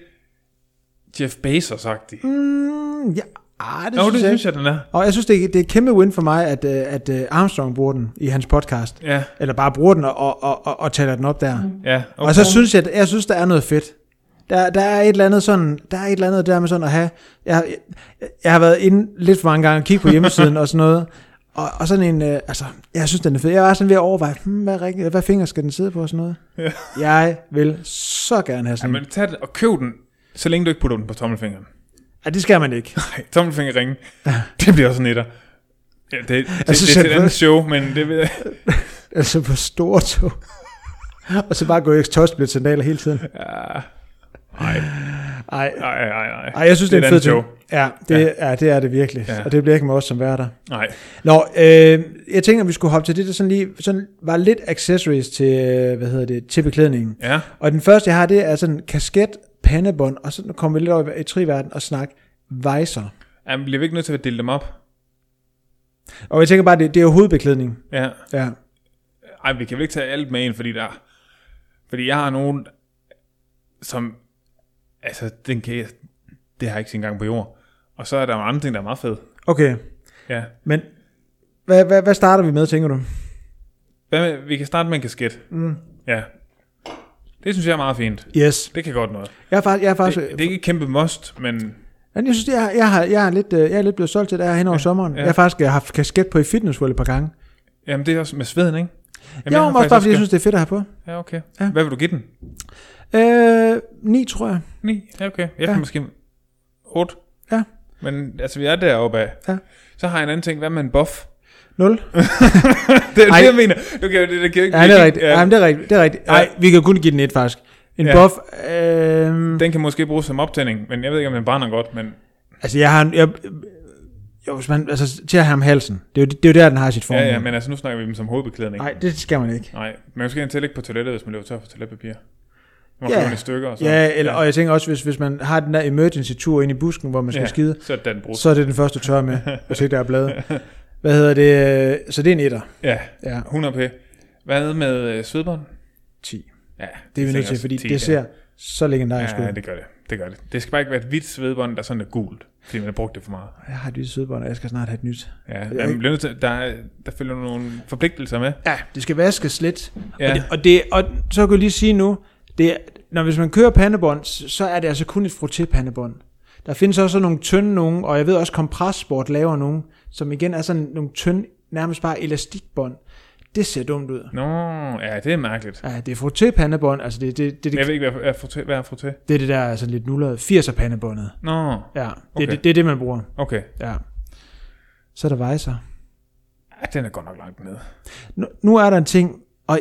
S1: Jeff Bezos-agtig. Mm,
S2: Mm, ja. Ah, det,
S1: Nå,
S2: synes
S1: det
S2: jeg,
S1: synes jeg,
S2: ikke.
S1: den er.
S2: Og jeg synes, det er, det er et kæmpe win for mig, at, øh, at øh, Armstrong bruger den i hans podcast.
S1: Ja,
S2: Eller bare bruger den og, og, og, og taler den op der. Okay.
S1: ja.
S2: Og så synes jeg, jeg synes, der er noget fedt. Der, der er et eller andet sådan, der er et eller andet der med sådan at have, jeg, jeg, jeg har været inde lidt for mange gange og kigge på hjemmesiden og sådan noget, og, og sådan en, øh, altså, jeg synes, den er fed. Jeg var sådan ved at overveje, hmm, hvad, er rigtigt, hvad finger skal den sidde på og sådan noget.
S1: Ja.
S2: Jeg vil så gerne have sådan
S1: Jamen, tag den og køb den, så længe du ikke putter den på tommelfingeren.
S2: en. Ja, det skal man ikke.
S1: Nej, tommelfingerringe. det bliver også en etter. Ja, det, det,
S2: Altså,
S1: det, det, er til
S2: selv-
S1: et andet show, men det ved jeg.
S2: Altså på store tog. og så bare gå i x sandaler hele tiden.
S1: Ja. Nej,
S2: Ej,
S1: Ah. nej, nej, nej.
S2: ej jeg synes, det,
S1: Det
S2: er
S1: er
S2: en
S1: et
S2: fed
S1: andet
S2: ting. Ja det, ja. ja, det er det virkelig. Ja.
S1: Ja.
S2: Og det bliver ikke med os som værter.
S1: Nej,
S2: Nå, øh, jeg tænker, at vi skulle hoppe til det, der sådan lige sådan var lidt accessories til, øh, hvad hedder det, til beklædningen.
S1: ja.
S2: Og den første, jeg har, det er sådan kasket, pandebånd, og så nu kommer vi lidt over i triverden og snakke vejser.
S1: Jamen, bliver vi ikke nødt til at dele dem op?
S2: Og jeg tænker bare, det, det er jo hovedbeklædning.
S1: Ja.
S2: Ja.
S1: Ej, vi kan vel ikke tage alt med en, fordi der... Fordi jeg har nogen, som... Altså, den kan jeg... Det har jeg ikke sin gang på jord. Og så er der jo andre ting, der er meget fede.
S2: Okay,
S1: Ja.
S2: men hvad, hvad, hvad starter vi med, tænker du?
S1: Hvad med, vi kan starte med en kasket. Mm. Ja. Det synes jeg er meget fint.
S2: Yes.
S1: Det kan godt noget.
S2: Jeg er faktisk, jeg er faktisk
S1: Det, det er ikke et kæmpe must, men
S2: Men jeg synes, jeg, jeg, har, jeg, har lidt, øh, jeg er lidt blevet solgt til det her hen over ja, sommeren. Ja. Jeg har faktisk øh, haft kasket på i Fitness World et par gange.
S1: Jamen, det er også med sveden, ikke? Jamen,
S2: Jamen,
S1: har
S2: jo, men også
S1: faktisk
S2: bare fordi jeg
S1: gjort-
S2: synes, det er fedt at have på.
S1: Ja, okay. Ja. Hvad vil du give den?
S2: Øh, 9, tror jeg.
S1: 9? Ja, okay. Jeg ja. kan måske 8.
S2: Ja,
S1: Men altså, vi er deroppe af.
S2: Ja.
S1: Så har jeg en anden ting. Hvad med en buff?
S2: 0.
S1: Det er
S2: Ej.
S1: det, jeg mener. Du kan, jo- det, det kan jo ikke
S2: Ja, det er
S1: vi-
S2: rigtigt. Ja. Jamen, det er rigtigt. Det er rigtigt. Nej, vi kan kun give den et, faktisk. En ja.
S1: Ja.
S2: buff. Øh,
S1: Den kan måske bruges som optænding, men jeg ved ikke, om den brænder godt. Men
S2: altså, jeg har... en- Jeg, jo, hvis man, altså, til at have ham halsen. Det er, jo, det er jo der, den har sit form.
S1: ja, ja, men altså, nu snakker vi dem som hovedbeklædning.
S2: Nej, det skal man ikke.
S1: Nej. Man kan måske til at ligge på toilettet, hvis man løber tør for toiletpapir. Man
S2: Ja.
S1: ja. i stykker og så.
S2: Ja, eller, og jeg tænker også, hvis, hvis man har den der emergency-tur ind i busken, hvor man skal ja. skide,
S1: Så er den brugt.
S2: så er det den første tør med, hvis ikke der er blade. Hvad hedder det? øh, Så det er en etter.
S1: Ja,
S2: Ja,
S1: 100 p. Hvad med øh, svedbånd?
S2: 10.
S1: Ja,
S2: Det er vi
S1: tænker
S2: nødt til,
S1: også
S2: fordi
S1: 10,
S2: det
S1: ja.
S2: ser så legendarisk ud.
S1: Ja, det gør det. Det gør det. Det skal bare ikke være et hvidt svedbånd, der sådan er gult, fordi man har brugt det for meget.
S2: Jeg har et lille sødbånd, og jeg skal snart have et nyt.
S1: Ja, ja man bliver nødt til, der, er- der følger nogle forpligtelser med.
S2: Ja, det skal vaskes lidt. Ja.
S1: Ja.
S2: Og, det, og, det, og så kan jeg lige sige nu, det, er- når hvis man kører pandebånd, s- så er det altså kun et frotépandebånd. Der findes også nogle tynde nogen, og jeg ved også, Kompressport laver nogen, som igen er sådan nogle tynde, nærmest bare elastikbånd. Det ser dumt ud.
S1: Nå, ja, det er mærkeligt.
S2: Ja, det er frotépandebånd, altså det, det, det,
S1: Men Jeg
S2: det,
S1: ved ikke, hvad, hvad, frotté, hvad er frotté?
S2: det, er det der altså lidt nullerede 80'er pandebåndet.
S1: Nå,
S2: Ja, det, okay.
S1: Okay.
S2: det, det, er det, man bruger.
S1: okay.
S2: Ja. Så er der vejser.
S1: Ja, den er godt nok langt ned.
S2: nu, nu er der en ting, og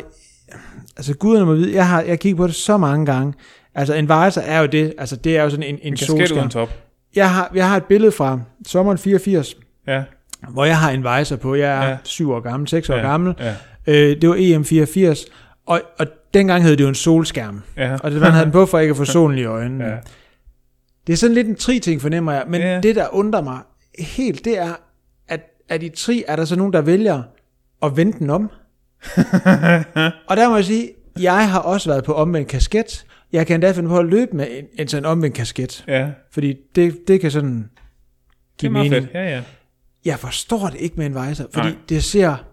S2: altså guderne må vide, jeg har jeg kigget på det så mange gange. Altså en visor er jo det, altså det er jo sådan en, en,
S1: En
S2: en
S1: kasket uden
S2: solskærm.
S1: top.
S2: Jeg har, jeg har et billede fra sommeren 84,
S1: Ja,
S2: hvor jeg har en visor på. Jeg er ja.
S1: Ja.
S2: 7 år gammel, 6 år
S1: Ja,
S2: gammel.
S1: ja.
S2: Øh, det var EM 84, og, og dengang hed det jo en solskærm.
S1: ja.
S2: Og det man havde den på for ikke at få solen i øjnene.
S1: Ja.
S2: Det er sådan lidt en tri-ting, fornemmer jeg. Men
S1: Ja.
S2: det, der undrer mig helt, det er, at, at i tri er der så nogen, der vælger at vende den om. og der må jeg sige, jeg har også været på omvendt kasket. Jeg kan endda finde på at løbe med en, en sådan omvendt kasket.
S1: ja.
S2: Fordi det, det kan sådan
S1: Det
S2: give
S1: er meget
S2: mening.
S1: fedt. Ja, ja.
S2: Jeg forstår det ikke med en visor, fordi Nej.
S1: Nej.
S2: det ser...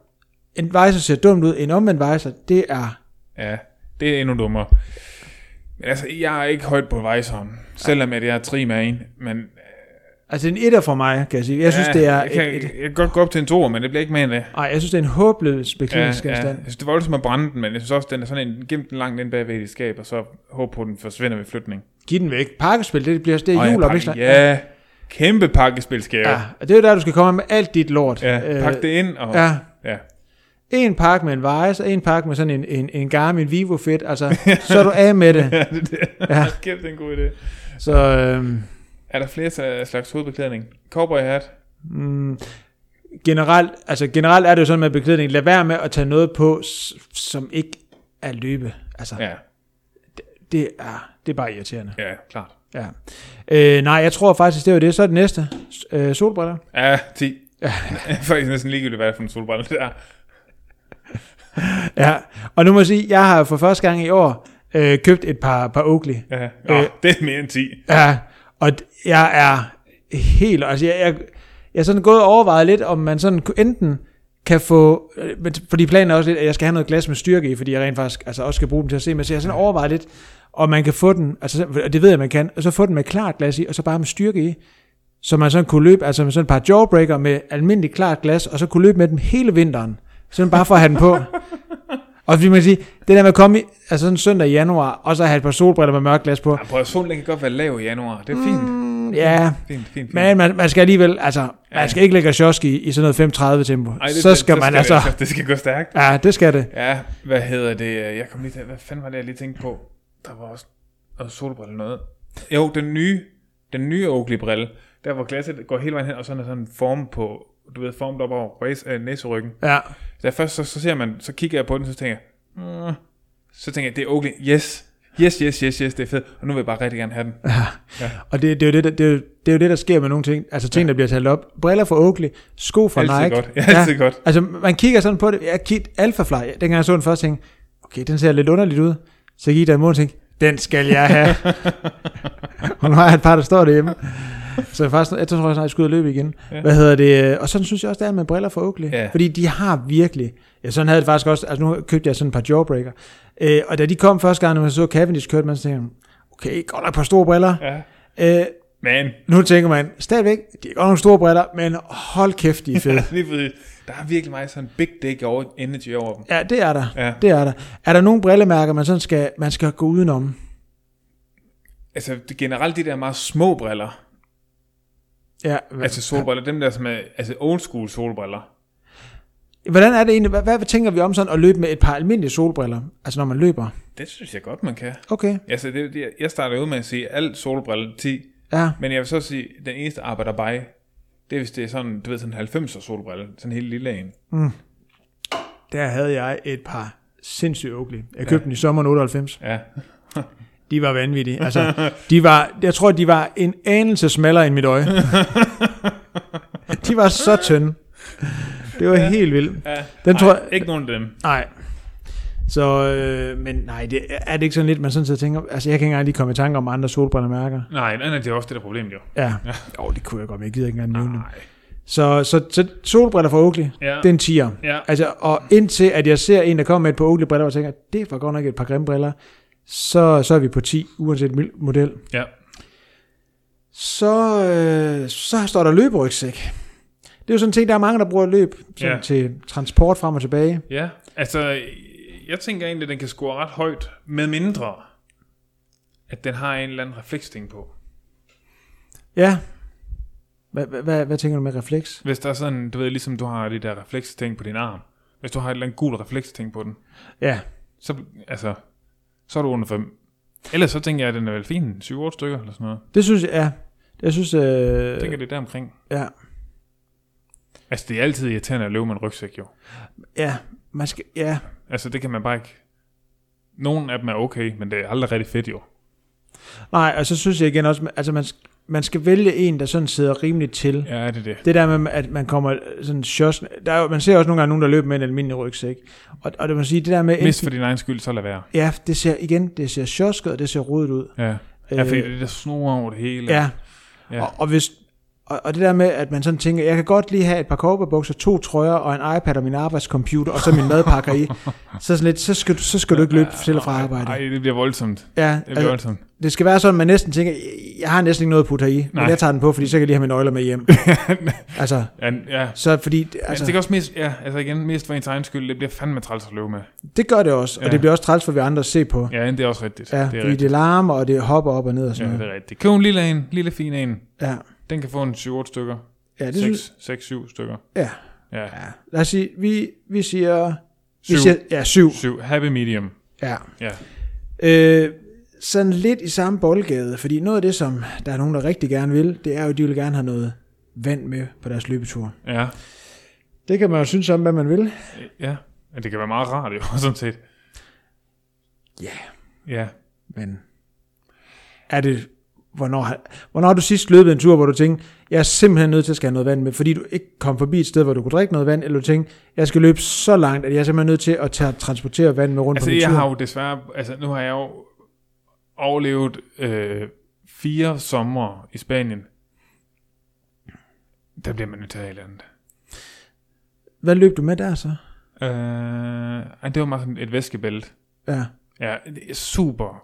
S2: En visor ser dumt ud, en omvendt visor, det er...
S1: Ja, det er endnu dummere. Men Men altså, jeg er ikke højt på vejseren, selvom at jeg er trim af en. Men
S2: Altså en etter for mig, kan jeg sige. Jeg synes,
S1: ja,
S2: det er...
S1: Jeg kan,
S2: et, et,
S1: jeg kan godt gå op til en toer, men det bliver ikke mere end det.
S2: ej, jeg synes, det er en håbløs
S1: Ja, ja.
S2: beklædningsgenstand.
S1: Jeg synes, det var ligesom at brænde den, men jeg synes også, den er sådan en, gem den langt ind bagved i et skab, og så håb på, at den forsvinder ved flytning.
S2: Giv den væk. Pakkespil, det bliver det
S1: Og
S2: er
S1: jeg
S2: jul
S1: pakker-
S2: op,
S1: Ja, kæmpe pakkespilskæve.
S2: ja. Og det er jo der, du skal komme med alt dit lort. Øh,
S1: Ja, pak det ind, og ja.
S2: Ja,
S1: ja.
S2: en pakke med en Vice, og en pakke med sådan en, en, en Garmin Vivo Fit, altså, så er du af med det.
S1: ja det, det.
S2: Ja.
S1: Ja. Kæft, det er en god idé.
S2: Så, øhm,
S1: Er der flere sla- slags hovedbeklædning? Cowboy hat?
S2: mm, generelt, altså generelt er det jo sådan med beklædning, lad være med at tage noget på, s- som ikke er løbe. Altså, ja.
S1: Ja,
S2: det, er, det er bare irriterende.
S1: ja, klart.
S2: Ja. Øh, nej, jeg tror faktisk, det var det. Så er det næste. S- Øh, solbriller.
S1: Ja, 10. Ja. Faktisk næsten ligegyldigt, hvad det er for en solbrille der.
S2: Ja. Og nu må jeg sige, jeg har for første gang i år øh, købt et par, par Oakley.
S1: Ja. Nå,
S2: Øh.
S1: det er mere end 10.
S2: Ja, og d- jeg er helt, altså jeg, jeg, jeg er sådan gået og overvejet lidt, om man sådan kunne- enten kan få, øh, men t- fordi planen er også lidt, at jeg skal have noget glas med styrke i, fordi jeg rent faktisk altså også skal bruge dem til at se, men så jeg har sådan overvejet lidt, og man kan få den, altså, og det ved jeg, man kan, og så få den med klart glas i, og så bare med styrke i, så man sådan kunne løbe, altså med sådan et par jawbreaker med almindelig klart glas, og så kunne løbe med dem hele vinteren, sådan bare for at have den på. Og fordi man kan sige, det der med at komme i, altså sådan en søndag i januar, og så have et par solbriller med mørkt glas på,
S1: Ja, prøv at solen den kan godt være lav i januar. Det er fint. Mm.
S2: mm, ja,
S1: Fint, fint, fint.
S2: men man, man skal alligevel, altså, ja.
S1: Ja.
S2: man skal ikke lægge Sjosk i, i sådan noget 5.30 tempo. Ej,
S1: Ej, det-
S2: så
S1: det-
S2: skal man altså,
S1: Det, det skal gå stærkt.
S2: ja, det skal det.
S1: Ja, hvad hedder det? Jeg kom lige til, hvad fanden var det, jeg lige tænkte på? Der var også noget solbrille noget. Jo, den nye, den nye Oakley-brille, der hvor glasset går hele vejen hen, og sådan er sådan en form på, du ved, formet op over ræs- øh, næseryggen.
S2: Ja,
S1: Så først så, så, ser man, så kigger jeg på den, så tænker jeg, mm. så tænker jeg, det er Oakley, yes. Yes, yes, yes, yes, det er fedt. Og nu vil jeg bare rigtig gerne have den.
S2: og det, det, er jo det, der, det, er jo, det er jo det, der sker med nogle ting, altså ting, der bliver talt op. Briller fra Oakley, sko fra
S1: altid
S2: Nike.
S1: godt. Ja, altid godt.
S2: Altså, man kigger sådan på det. Jeg kiggede Alphafly, dengang jeg så den først, tænkte, okay, den ser lidt underligt ud. Så gik der imod og tænkte, den skal jeg have. og nu har jeg et par, der står derhjemme. Så jeg, faktisk, jeg tror, jeg snart skulle ud og løbe igen. Ja. Hvad hedder det? Og sådan synes jeg også, det er med briller fra Oakley.
S1: Ja.
S2: Fordi de har virkelig... Ja, sådan havde jeg det faktisk også... Altså nu købte jeg sådan et par jawbreaker. Øh, og da de kom første gang, når man så Cavendish kørte, man så tænkte, man, okay, godt nok et par store briller.
S1: Ja.
S2: Ja. Øh,
S1: Men,
S2: nu tænker man, stadigvæk, de er godt nogle store briller, men hold kæft, de er fede.
S1: lige præcis. der er virkelig meget sådan big dick over, energy over dem.
S2: Ja, det er der.
S1: Ja.
S2: Det er der. Er der nogle brillemærker, man sådan skal, man skal gå udenom?
S1: Altså det, generelt de der meget små briller,
S2: Ja.
S1: Altså solbriller, dem der som er altså old school solbriller.
S2: Hvordan er det egentlig? Hvad, hvad tænker vi om sådan at løbe med et par almindelige solbriller? Altså når man løber.
S1: Det synes jeg godt, man kan.
S2: Okay.
S1: Altså, det, det, jeg starter ud med at sige, alt solbriller 10,
S2: Ja.
S1: men jeg vil så sige, den eneste arbejder bare det er, hvis det er sådan, du ved, sådan en 90'er solbrille, sådan en helt lille en.
S2: Der havde jeg et par sindssygt Oakley. Jeg købte ja. dem i sommeren 98.
S1: Ja.
S2: De var vanvittige. Altså, de var, jeg tror, de var en anelse smallere end mit øje. de var så tynde. Det var ja. helt vildt.
S1: ja.
S2: Den
S1: Ej,
S2: tror jeg-
S1: Ikke nogen af dem.
S2: Nej. Så, øh, men nej, det, er det ikke sådan lidt, man sådan sidder og tænker, altså jeg kan ikke engang lige komme i tanke om andre solbrillemærker.
S1: Nej, nej, nej, det er også det der problem, jo.
S2: Ja. Jo, det kunne jeg godt, men jeg gider ikke engang nævne dem.
S1: Nej.
S2: Så, så, så solbriller fra Oakley,
S1: Ah. Ja.
S2: det er en tier.
S1: Ja.
S2: Altså, og indtil at jeg ser en, der kommer med et par Oakley-briller, og tænker, det var godt nok et par grimme briller, så, så er vi på 10, uanset mil- model.
S1: ja.
S2: Så, øh, så står der løberygsæk. Det er jo sådan en ting, der er mange, der bruger løb sådan
S1: Ja.
S2: til transport frem og tilbage.
S1: Ja, altså, jeg tænker egentlig, at den kan score ret højt, med mindre, at den har en eller anden refleksting på.
S2: Ja. Hvad, hvad, hvad, hvad tænker du med refleks?
S1: Hvis der er sådan, du ved, ligesom du har de der refleksting på din arm. Hvis du har et eller andet gul refleksting på den,
S2: Ja,
S1: så, altså, så er du under 5. Ellers så tænker jeg, at den er vel fin, 7-8 stykker eller sådan noget.
S2: det synes jeg, ja. Jeg synes, øh,
S1: Jeg tænker, det er der omkring.
S2: ja.
S1: Altså, det er altid irriterende at løbe med en rygsæk, jo.
S2: ja, man skal, ja,
S1: Altså, det kan man bare ikke... Nogle af dem er okay, men det er aldrig rigtig fedt, jo.
S2: Nej, og så synes jeg igen også, altså man, sk- man skal vælge en, der sådan sidder rimeligt til. Ja.
S1: Ja, er det det?
S2: Det der med, at man kommer øh, sådan shots, der er, jo- man ser også nogle gange nogen, der løber med en almindelig rygsæk. Og, og det må sige, det der med,
S1: Mest for din egen skyld, så lad være.
S2: ja, det ser igen, det ser sjovsket, og det ser rodet ud. Øh,
S1: Ja, ja fordi det der snor over det hele.
S2: ja.
S1: Ja.
S2: Og, og hvis, Og, og det der med, at man sådan tænker, jeg kan godt lige have et par kobberbukser, to trøjer og en iPad og min arbejdscomputer, og så min madpakker i. Så, sådan lidt, så, skal, du- så skal du ikke løbe til og fra arbejde.
S1: Nej, det bliver voldsomt.
S2: Ja,
S1: Det bliver
S2: altså,
S1: voldsomt.
S2: det skal være sådan, at man næsten tænker, "Jeg- jeg har næsten ikke noget at putte her i, men
S1: Nej.
S2: jeg tager den på, fordi så kan jeg lige have mine nøgler med hjem. altså,
S1: Ja, ja.
S2: så fordi,
S1: Altså,
S2: altså,
S1: det kan også mest, ja, altså igen, mest for ens egen skyld, det bliver fandme træls at løbe med.
S2: det gør det også, og
S1: Ja.
S2: det bliver også træls for vi andre at se på.
S1: Ja, det er også rigtigt.
S2: Ja,
S1: det er
S2: fordi det larmer, og det hopper op og ned og
S1: Ja,
S2: sådan
S1: det
S2: noget.
S1: er rigtigt. Køb en lille en, lille fin en.
S2: Ja,
S1: Den kan få en 7-8 stykker.
S2: ja, det synes,
S1: 6, 6, 7 stykker.
S2: Ja.
S1: Ja.
S2: ja. Lad os sige, vi, vi siger... Vi
S1: 7,
S2: siger ja, syv.
S1: 7. Happy medium.
S2: Ja.
S1: Ja.
S2: Øh, sådan lidt i samme boldgade, fordi noget af det, som der er nogen, der rigtig gerne vil, det er jo, at de vil gerne have noget vand med på deres løbetur.
S1: Ja.
S2: Det kan man jo synes om, hvad man vil.
S1: Ja. Men det kan være meget rart, jo, sådan set.
S2: Ja.
S1: Ja.
S2: Men er det, hvornår, har- hvornår har du sidst løbet en tur, hvor du tænkte, jeg er simpelthen nødt til at skal have noget vand med, fordi du ikke kom forbi et sted, hvor du kunne drikke noget vand, eller du tænkte, jeg skal løbe så langt, at jeg er simpelthen nødt til at tage, transportere vand med rundt
S1: Altså,
S2: på min
S1: jeg
S2: tur.
S1: har jo desværre, altså, nu har jeg jo overlevet øh, fire sommer i Spanien. Der bliver man nødt til at have et eller andet.
S2: Hvad løb du med der så?
S1: Øh, ej, det var meget sådan et væskebælte.
S2: Ja,
S1: Ja, det er super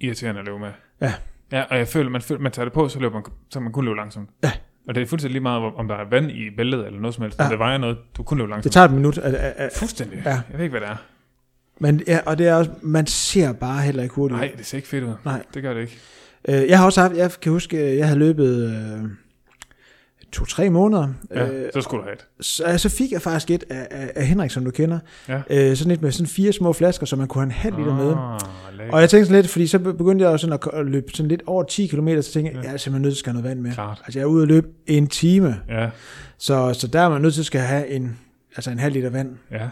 S1: irriterende at løbe med.
S2: Ja.
S1: Ja, og jeg føler, man, føler, man tager det på, så, løber man, så man kun løber langsomt.
S2: Ja.
S1: Og det er fuldstændig lige meget, om der er vand i bæltet eller noget som helst.
S2: Ja.
S1: Ja. Om der vejer noget, du kun løber
S2: det
S1: langsomt.
S2: tager et minut. At, at, at,
S1: Fuldstændig.
S2: Ja.
S1: Jeg ved ikke, hvad det er.
S2: men, ja, og det er også, man ser bare heller ikke hurtigt. ud.
S1: Nej, det ser ikke fedt ud.
S2: Nej.
S1: Det gør det ikke.
S2: Øh, jeg har også haft, jeg kan huske, øh, jeg havde løbet øh, to-tre måneder.
S1: Ja,
S2: Øh,
S1: så skulle du have et.
S2: så, så fik jeg faktisk et af, af, af Henrik, som du kender.
S1: Ja. Ah,
S2: Øh, sådan et med sådan fire små flasker, så man kunne have en halv liter med.
S1: lækkert.
S2: Og jeg tænkte sådan lidt, fordi så begyndte jeg jo sådan at, k- at løbe sådan lidt over 10 km, så tænkte jeg,
S1: Ja.
S2: jeg er simpelthen nødt til at skal have noget vand med.
S1: Klart.
S2: Altså jeg er ude at løbe en time,
S1: Ja,
S2: så, så der er man nødt til at skal have en, altså en halv liter vand.
S1: ja.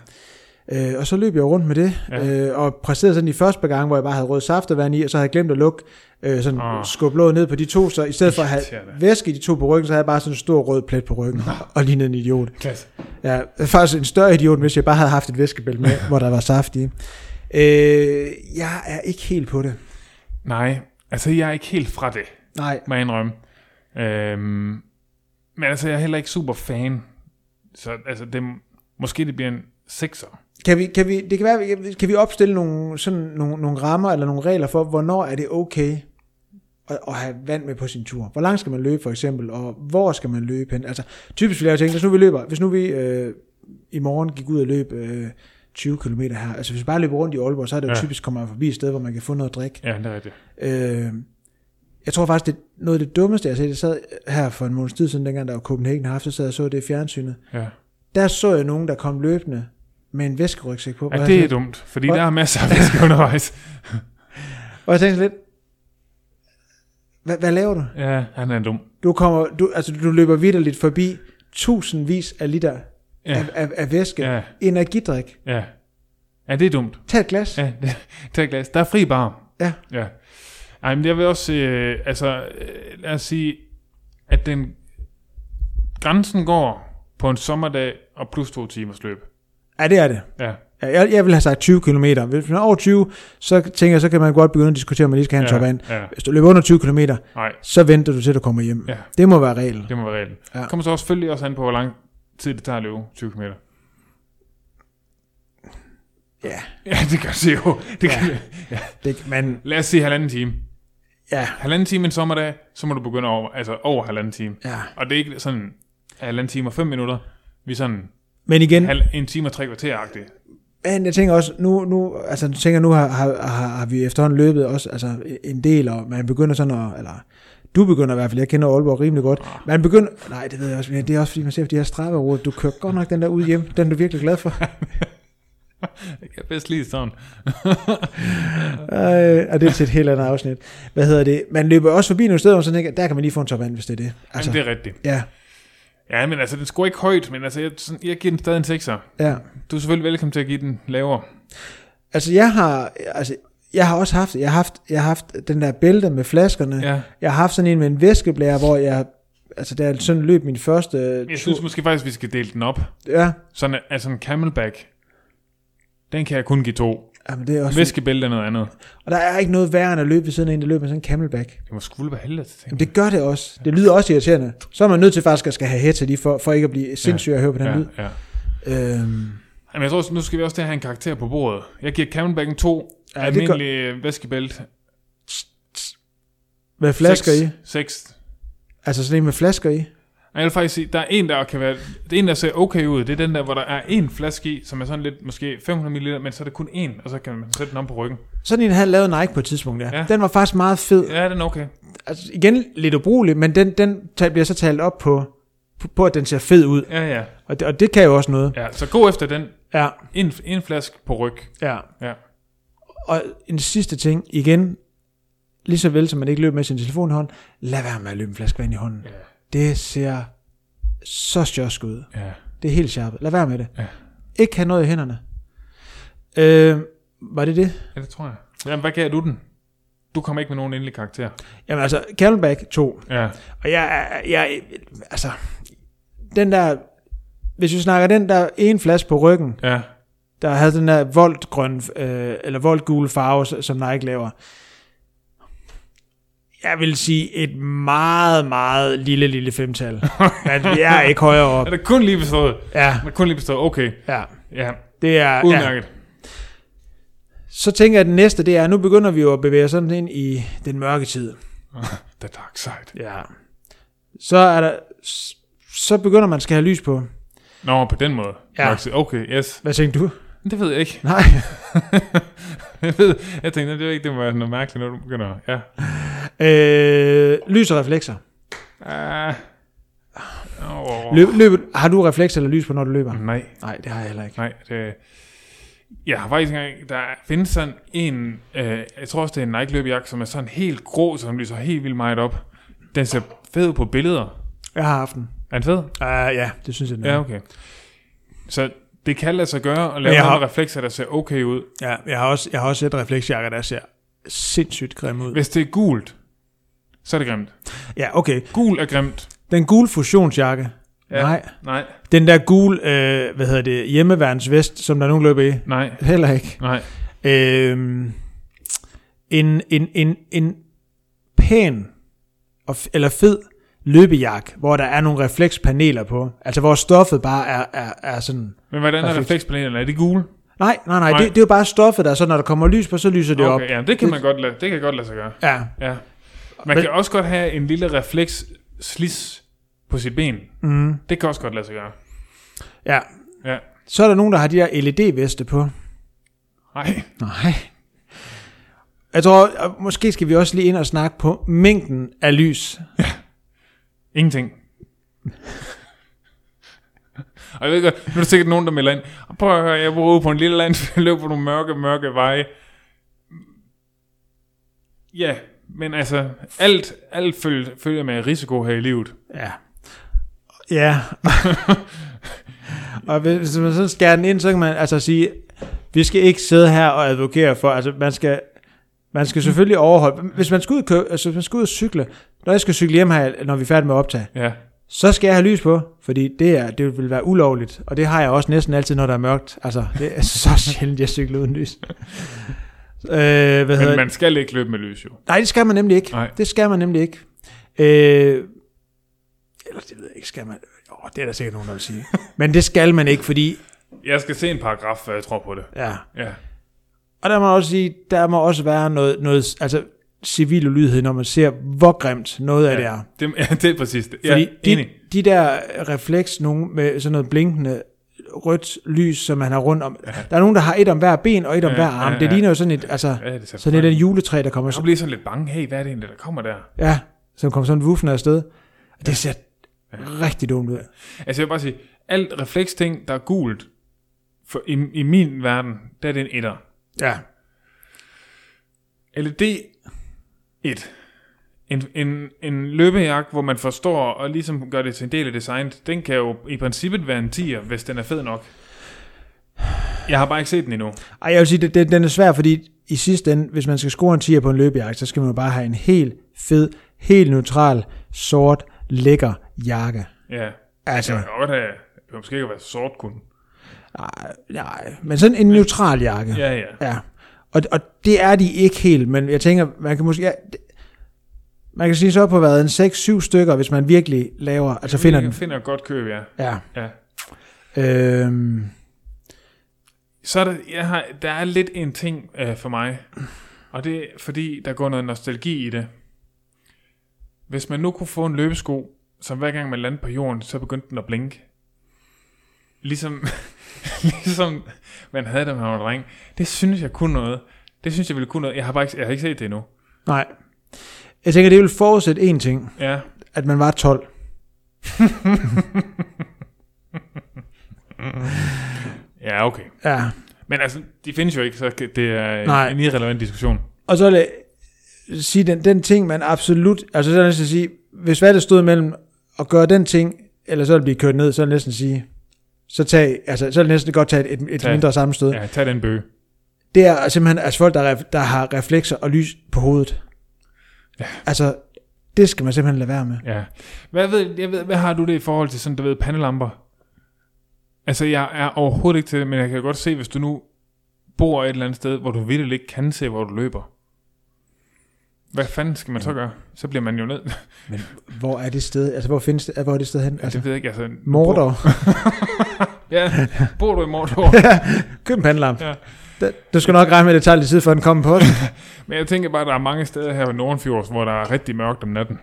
S2: Øh, og så løb jeg jo rundt med det,
S1: Ja.
S2: ja. øh, og præsterede sådan de første par gange, hvor jeg bare havde rød saftevand i, og så havde jeg glemt at lukke, øh, sådan
S1: Åh.
S2: oh. skubbe låget ned på de to, så i stedet for at have
S1: Irriterende.
S2: væske i de to på ryggen, så havde jeg bare sådan en stor rød plet på ryggen, og lignede en idiot.
S1: Klasse.
S2: Ja, faktisk en større idiot, hvis jeg bare havde haft et væskebælte med, hvor der var saft i. Øh, jeg er ikke helt på det.
S1: Nej, altså jeg er ikke helt fra det,
S2: Nej,
S1: må jeg indrømme. Øhm, men altså, jeg er heller ikke super fan. Så altså, det, måske det bliver en sekser.
S2: Kan vi, kan vi, det kan være, vi kan- kan vi opstille nogle, sådan nogle, nogle rammer eller nogle regler for, hvornår er det okay at, at have vand med på sin tur? Hvor langt skal man løbe for eksempel, og hvor skal man løbe hen? Altså typisk vil jeg jo tænke, hvis nu vi løber, hvis nu vi øh, i morgen gik ud og løb øh, 20 km her, altså hvis vi bare løber rundt i Aalborg, så er det jo
S1: Ja.
S2: ja. typisk kommer man forbi et sted, hvor man kan få noget at drikke.
S1: Ja, det er rigtigt.
S2: Øh, jeg tror faktisk, det er noget af det dummeste, jeg har set, jeg sad her for en måneds tid siden, dengang der var Copenhagen Haft, så sad jeg og så det i fjernsynet.
S1: Ja.
S2: Der så jeg nogen, der kom løbende med en væskerygsæk på. Hvor
S1: Ja,
S2: jeg
S1: det
S2: tænkte,
S1: er dumt, fordi
S2: Hvor-
S1: der er masser af væske undervejs.
S2: Og jeg tænkte sådan lidt, hvad, hvad laver du?
S1: Ja, han er dum.
S2: Du, kommer, du, altså, du løber vidderligt forbi tusindvis af liter
S1: Ja.
S2: ja. af, af, af væske. Ja.
S1: Ja,
S2: Energidrik.
S1: ja. Ja, det er dumt.
S2: Tag et glas. Ja.
S1: Ja, det, tag et glas. Der er fri bar.
S2: Ja.
S1: ja. Ej, men jeg vil også, øh, altså, øh, lad os sige, at den grænsen går på en sommerdag og plus to timers løb.
S2: ja, det er det.
S1: Ja,
S2: Ja, Jeg, jeg vil have sagt 20 km. Hvis man er over 20, så tænker jeg, så kan man godt begynde at diskutere, om man lige skal have en ja. top vand.
S1: ja, ja.
S2: Hvis du løber under 20 km,
S1: Nej,
S2: så venter du til, at du kommer hjem.
S1: Ja.
S2: Det må være reglen.
S1: det må være reglen.
S2: Ja.
S1: Ja. Kommer så selvfølgelig også an på, hvor lang tid det tager at løbe 20 km.
S2: Ja,
S1: Ja, det gør det jo. Det ja. kan,
S2: det, men
S1: lad os sige halvanden time.
S2: ja,
S1: Halvanden time en sommerdag, så må du begynde over, altså over halvanden time.
S2: ja.
S1: Og det er ikke sådan halvanden time og fem minutter. Vi er sådan
S2: Men igen,
S1: halv, en time og tre kvarter-agtigt.
S2: Men jeg tænker også, nu, nu, altså, jeg tænker, nu har, har, har, har vi efterhånden løbet også altså, en del, og man begynder sådan at, eller du begynder i hvert fald, jeg kender Aalborg rimelig godt, man begynder, nej, det ved jeg også, men det er også fordi, man ser på de her strafferoder, du kører godt nok den der ud hjem, den er du virkelig glad for.
S1: Jeg kan bedst lide sådan.
S2: Øh, og det er til et helt andet afsnit. Hvad hedder det? Man løber også forbi nogle steder, hvor man sådan tænker, der kan man lige få en top vand, hvis det er det.
S1: Altså.
S2: Altså,
S1: Jamen, det er rigtigt.
S2: ja,
S1: Ja, men altså, den scorer ikke højt, men altså, jeg, sådan- jeg giver den stadig en 6'er.
S2: ja.
S1: Du er selvfølgelig velkommen til at give den lavere.
S2: Altså, jeg har, altså, jeg har også haft, jeg har haft, jeg har haft den der bælte med flaskerne,
S1: Ja.
S2: Jeg har haft sådan en med en væskeblære, hvor jeg... Altså, da jeg sådan løb min første øh,
S1: Jeg
S2: tur...
S1: synes måske faktisk, vi skal dele den op.
S2: Ja,
S1: Sådan, altså en camelback, den kan jeg kun give to.
S2: Jamen, det er også...
S1: Væskebælte er noget andet.
S2: Og der er ikke noget værre end at løbe ved siden af en, der løber med sådan en camelback.
S1: Det må skulle være heldigt.
S2: Jamen, det gør det også. Det lyder også irriterende. Så er man nødt til faktisk at skal have headset i, for, for ikke at blive sindssyg at høre på den
S1: ja,
S2: lyd.
S1: ja.
S2: Øhm,
S1: Jamen, jeg tror, også, nu skal vi også til at have en karakter på bordet. Jeg giver Camelbacken 2
S2: Ja,
S1: ja,
S2: det
S1: almindelig gør... væskebælte.
S2: med flasker i.
S1: 6.
S2: Altså sådan en med flasker i.
S1: Jeg vil faktisk sige, der er en, der kan være, det er en, der ser okay ud. Det er den der, hvor der er en flaske i, som er sådan lidt, måske 500 ml, men så er det kun en, og så kan man sætte den om på ryggen.
S2: Sådan en havde lavet Nike på et tidspunkt, ja. ja.
S1: Ja.
S2: Den var faktisk meget fed.
S1: Ja, den er okay.
S2: Altså igen, lidt ubrugelig, men den, den tal- bliver så talt op på, på, på, at den ser fed ud.
S1: Ja, ja.
S2: Og det, og det kan jo også noget.
S1: ja så gå efter den.
S2: Ja,
S1: En, en flaske på ryg.
S2: ja.
S1: Ja.
S2: Og en sidste ting, igen, lige så vel som man ikke løber med sin telefon i hånden, lad være med at løbe en flaske vand i hånden.
S1: Ja.
S2: Det ser så stjørsk ud.
S1: ja.
S2: Det er helt sharp. Lad være med det.
S1: Ja.
S2: Ikke have noget i hænderne. Øh, var det det?
S1: Ja, det tror jeg. Jamen, hvad gav du den? Du kom ikke med nogen endelig karakter.
S2: Jamen altså, Camelback 2.
S1: Ja.
S2: Og jeg, er- jeg, altså, den der, hvis vi snakker den der ene flaske på ryggen,
S1: Ja.
S2: der havde den der voldgrøn, øh, eller voldgule farve, s- som Nike laver. Jeg vil sige et meget, meget lille, lille femtal. Men vi er ikke højere op.
S1: Er det kun lige bestået?
S2: Ja,
S1: Er det kun lige bestået? Okay.
S2: ja.
S1: Ja.
S2: Det er, ja.
S1: Udmærket.
S2: Så tænker jeg, at den næste, det er, nu begynder vi jo at bevæge os sådan ind i den mørke tid.
S1: The dark side.
S2: Ja. Så er der, s- så begynder man at skal have lys på.
S1: Nå, på den måde.
S2: Ja.
S1: Maxi. Okay, yes.
S2: Hvad tænkte du?
S1: Men Det ved jeg ikke.
S2: Nej.
S1: jeg, ved, jeg tænkte, det er ikke, det må være noget mærkeligt, når du begynder. Ja.
S2: Øh, lys og reflekser.
S1: Ah. Oh.
S2: Løb, løb, har du refleks eller lys på, når du løber?
S1: Nej,
S2: Mm. Nej, det har jeg heller ikke.
S1: nej. Det, jeg har faktisk ikke engang, der findes sådan en, øh, jeg tror også, det er en Nike løbejakke, som er sådan helt grå, som lyser helt vildt meget op. Den ser fed ud på billeder.
S2: Jeg har haft den.
S1: Er den fed?
S2: Uh, ja, det synes jeg den er.
S1: Ja, okay. Så det kan lade sig gøre at lave
S2: Men jeg har-
S1: nogle reflekser, der ser okay ud.
S2: ja jeg, har også, jeg har også set refleksjakker, der ser sindssygt grim ud.
S1: Hvis det er gult, så er det grimt.
S2: Ja, okay.
S1: Gul er grimt.
S2: Den gule fusionsjakke. Ja.
S1: Ja.
S2: Nej.
S1: Nej,
S2: Den der gule, øh, hvad hedder det, hjemmeværnsvest, som der er nogen der løber i.
S1: nej,
S2: Heller ikke.
S1: nej.
S2: Øhm, en, en, en, en pæn og f- eller fed løbejakke, hvor der er nogle reflekspaneler på. Altså hvor stoffet bare er, er, er sådan...
S1: Men hvordan er
S2: Perfekt.
S1: refleksplaneterne? Er de gule?
S2: Nej, nej, nej, nej.
S1: Nej.
S2: Det, det er jo bare stoffet der, så når der kommer lys på, så lyser det
S1: Okay,
S2: op.
S1: ja, det kan man godt lade, det kan godt lade sig gøre.
S2: Ja,
S1: Ja. Man
S2: Men-
S1: kan også godt have en lille refleks slis på sit ben.
S2: mm,
S1: Det kan også godt lade sig gøre.
S2: ja.
S1: Ja.
S2: Så er der nogen, der har de der LED-veste på.
S1: Nej.
S2: Nej. Jeg tror, og måske skal vi også lige ind og snakke på mængden af lys.
S1: Ingenting. Og jeg ved godt, nu er der sikkert nogen, der melder ind. Prøv at høre, jeg bor ude på en lille land, jeg løb på nogle mørke, mørke veje. Ja, men altså, alt, alt følger, følger med risiko her i livet.
S2: Ja. Ja. og hvis hvis man sådan skærer den ind, så kan man altså sige, vi skal ikke sidde her og advokere for, altså man skal, man skal selvfølgelig overholde, hvis man skal ud, og kø, altså, hvis man skal ud og cykle, når jeg skal cykle hjem her, når vi er færdige med at optage,
S1: Ja,
S2: så skal jeg have lys på, fordi det, er, det vil være ulovligt, og det har jeg også næsten altid, når der er mørkt. Altså, det er så sjældent, jeg cykler uden lys. Øh, hvad hedder
S1: men
S2: det?
S1: man skal ikke løbe med lys jo.
S2: Nej, det skal man nemlig ikke.
S1: Nej.
S2: Det skal man nemlig ikke. Øh, eller det ved jeg ikke, skal man... Åh, det er der sikkert nogen, der vil sige. Men det skal man ikke, fordi...
S1: Jeg skal se en paragraf, hvad jeg tror på det.
S2: Ja.
S1: Ja.
S2: Og der må jeg også sige, der må også være noget, noget altså civil ulydighed, når man ser, hvor grimt noget af det er.
S1: Det, ja, det er præcis det.
S2: Fordi
S1: Fordi ja,
S2: de,
S1: enig.
S2: de der refleks, nogen med sådan noget blinkende rødt lys, som man har rundt om. Ja. Der er nogen, der har et om hver ben og et om
S1: Ja,
S2: hver arm.
S1: ja,
S2: Det
S1: ja.
S2: ligner jo sådan et, altså,
S1: Ja, det ser
S2: sådan et
S1: frygteligt.
S2: af juletræ, der kommer
S1: Så
S2: så,
S1: bliver jeg sådan lidt bange. Hey, hvad er det egentlig, der kommer der?
S2: ja, som kommer sådan vuffende afsted. Og det ser rigtig dumt ud.
S1: Altså, jeg vil bare sige, alt refleksting, der er gult, for i, i min verden, der er det en etter.
S2: Ja.
S1: LED 1. En, en, en løbejagt, hvor man forstår og ligesom gør det til en del af designet, den kan jo i princippet være en 10'er, hvis den er fed nok. Jeg har bare ikke set den endnu.
S2: Ej, jeg vil sige, det, det, den er svær, fordi i sidste ende, hvis man skal score en 10'er på en løbejagt, så skal man jo bare have en helt fed, helt neutral, sort, lækker jakke.
S1: Ja.
S2: Altså,
S1: Jeg kan godt have, det kan måske ikke være sort kun.
S2: nej, nej, men sådan en neutral jakke.
S1: Ja, ja.
S2: Ja. Og, og det er de ikke helt, men jeg tænker, man kan måske... Ja, det, man kan sige så på været en 6-7 stykker, hvis man virkelig laver, altså finder den.
S1: finder et godt køb, ja.
S2: Ja.
S1: ja.
S2: Øhm,
S1: Så er der, jeg har, der er lidt en ting øh, for mig, og det er fordi, der går noget nostalgi i det. Hvis man nu kunne få en løbesko, som hver gang man landede på jorden, så begyndte den at blinke. Ligesom, ligesom man havde dem her var dreng. Det synes jeg kunne noget. Det synes jeg ville kunne noget. Jeg har bare ikke, jeg har ikke set det endnu.
S2: nej. Jeg tænker, det vil forudsætte én ting,
S1: Ja.
S2: at man var 12.
S1: Ja, okay.
S2: Ja.
S1: Men altså, de findes jo ikke, så det er
S2: Nej.
S1: Nej. en irrelevant diskussion.
S2: Og så vil jeg sige, den, den ting, man absolut... Altså, så er det næsten at sige, hvis hvad det stod mellem at gøre den ting, eller så vil blive kørt ned, så er det næsten at sige, så, tag, altså, så er det næsten godt at tage et, et
S1: Tag.
S2: mindre sammenstød. Ja.
S1: Ja, tag den bøge.
S2: Det er simpelthen altså folk, der, er ref- der har reflekser og lys på hovedet. Ja. Altså, det skal man simpelthen lade være med.
S1: Ja. Hvad, ved, jeg ved, hvad har du det i forhold til sådan, du ved, pandelamper? Altså, jeg er overhovedet ikke til det, men jeg kan godt se, hvis du nu bor et eller andet sted, hvor du virkelig ikke kan se, hvor du løber. Hvad fanden skal man så gøre? Så bliver man jo nødt.
S2: Men hvor er det sted? Altså, hvor findes det? Hvor er det sted hen?
S1: Altså,
S2: Altså,
S1: det ved jeg ikke, altså... nu Bor,
S2: Mordor.
S1: ja, bor du i Mordor?
S2: Køb en pandelampe.
S1: Ja.
S2: Ja. Du skal nok regne med, at det tager lidt tid, før den kommer på.
S1: Men jeg tænker bare, at der er mange steder her ved Nordenfjords, hvor der er rigtig mørkt om natten.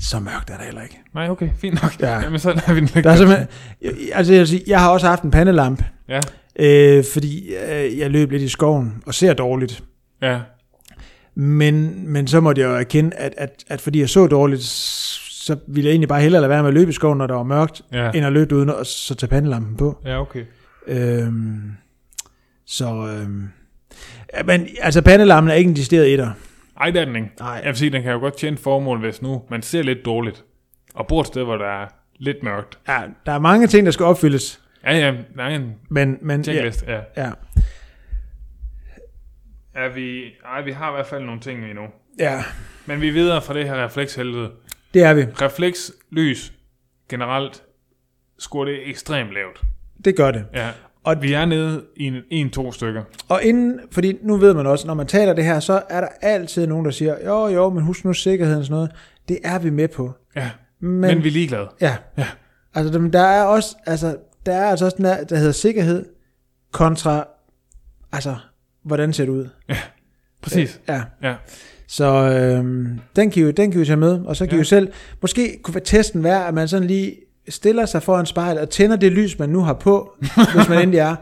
S2: Så mørkt er det heller ikke.
S1: Nej, okay, fint nok.
S2: Ja.
S1: Ja. Jamen, så lader vi den ligge.
S2: Der er simpelthen, jeg- altså, jeg, vil sige, jeg har også haft en pandelamp,
S1: Ja,
S2: øh, fordi øh, jeg løb lidt i skoven og ser dårligt.
S1: ja.
S2: Men, men så måtte jeg jo erkende, at, at, at fordi jeg så dårligt, s- så ville jeg egentlig bare hellere lade være med at løbe i skoven, når der var mørkt,
S1: Ja,
S2: ja. end at løbe uden og så tage pandelampen på.
S1: ja okay.
S2: Øhm, så, øhm, ja, men altså pandelampen er ikke en decideret etter.
S1: Ej, det er den ikke.
S2: Nej.
S1: Jeg vil sige, den kan jo godt tjene et formål, hvis nu man ser lidt dårligt, og bor et sted, hvor der er lidt mørkt.
S2: Ja, der er mange ting, der skal opfyldes,
S1: Ja, ja, nej, en
S2: men, men ja,
S1: checklist, ja.
S2: ja,
S1: Er vi, ej, vi har i hvert fald nogle ting endnu.
S2: ja,
S1: Men vi er videre fra det her reflekshelvede.
S2: det er vi.
S1: Reflekslys generelt scorer det ekstremt lavt.
S2: Det gør det.
S1: Ja.
S2: Og-
S1: Og vi er nede i en, en to stykker.
S2: Og inden, fordi nu ved man også, når man taler det her, så er der altid nogen, der siger, jo jo, men husk nu sikkerheden og sådan noget. Det er vi med på.
S1: Ja.
S2: Men,
S1: Men, men vi er ligeglade.
S2: ja. ja. Altså, dem- der er også, altså, der er altså også den der, der hedder sikkerhed kontra, altså, hvordan ser det ud?
S1: Præcis.
S2: Ja.
S1: Ja.
S2: Så øhm, den, kan I jo, den kan I jo tage med, og så kan ja. I
S1: Ja.
S2: jo selv, måske kunne testen være, at man sådan lige stiller sig foran spejlet og tænder det lys, man nu har på, hvis man endelig er.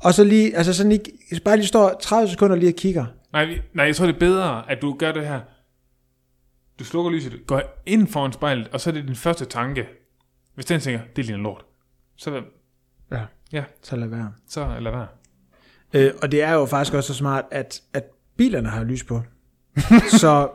S2: Og så lige, altså sådan lige, bare lige står 30 sekunder lige og kigger.
S1: Nej, vi- nej, jeg tror, det er bedre, at du gør det her. Du slukker lyset, går ind foran spejlet, og så er det din første tanke. Hvis den tænker, det ligner lort, så,
S2: Ja.
S1: ja,
S2: Så lad være.
S1: så lad være.
S2: Øh, og det er jo faktisk også så smart, at, at bilerne har lys på. så,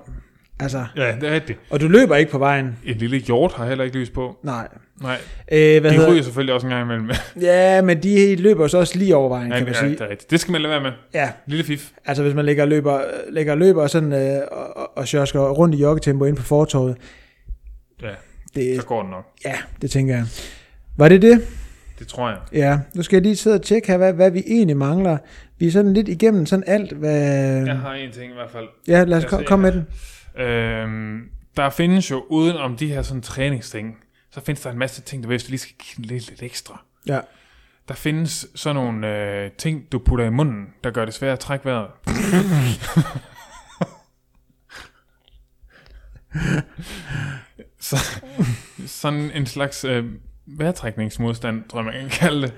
S2: altså,
S1: Ja, det er rigtigt.
S2: og du løber ikke på vejen.
S1: En lille hjort har heller ikke lys på.
S2: Nej.
S1: Nej,
S2: Øh, hvad
S1: de
S2: hedder,
S1: ryger selvfølgelig også en gang imellem.
S2: ja, men de løber jo så også lige over vejen,
S1: Ja,
S2: kan
S1: det
S2: man
S1: er-
S2: sige.
S1: det, er rigtigt. det skal man lade være med.
S2: Ja,
S1: Lille fif.
S2: altså hvis man lægger og løber, lægger og løber og sådan, øh, og, og, og sjosker rundt i joggetempo ind på fortorvet,
S1: Ja,
S2: det,
S1: så går den nok.
S2: ja, det tænker jeg. Var det det?
S1: Det tror jeg.
S2: Ja, nu skal jeg lige sidde og tjekke her, hvad, hvad vi egentlig mangler. Vi er sådan lidt igennem sådan alt, hvad...
S1: Jeg har en ting i hvert fald.
S2: Ja, lad os
S1: Jeg
S2: komme
S1: ser
S2: kom med
S1: her.
S2: den.
S1: Øhm, der findes jo, uden om de her sådan træningsting, så findes der en masse ting, der hvis du lige skal kigge lidt, lidt ekstra.
S2: Ja.
S1: Der findes sådan nogle øh, ting, du putter i munden, der gør det svært at trække vejret. Så, sådan en slags øh, vejrtrækningsmodstand, tror jeg, man kan kalde det.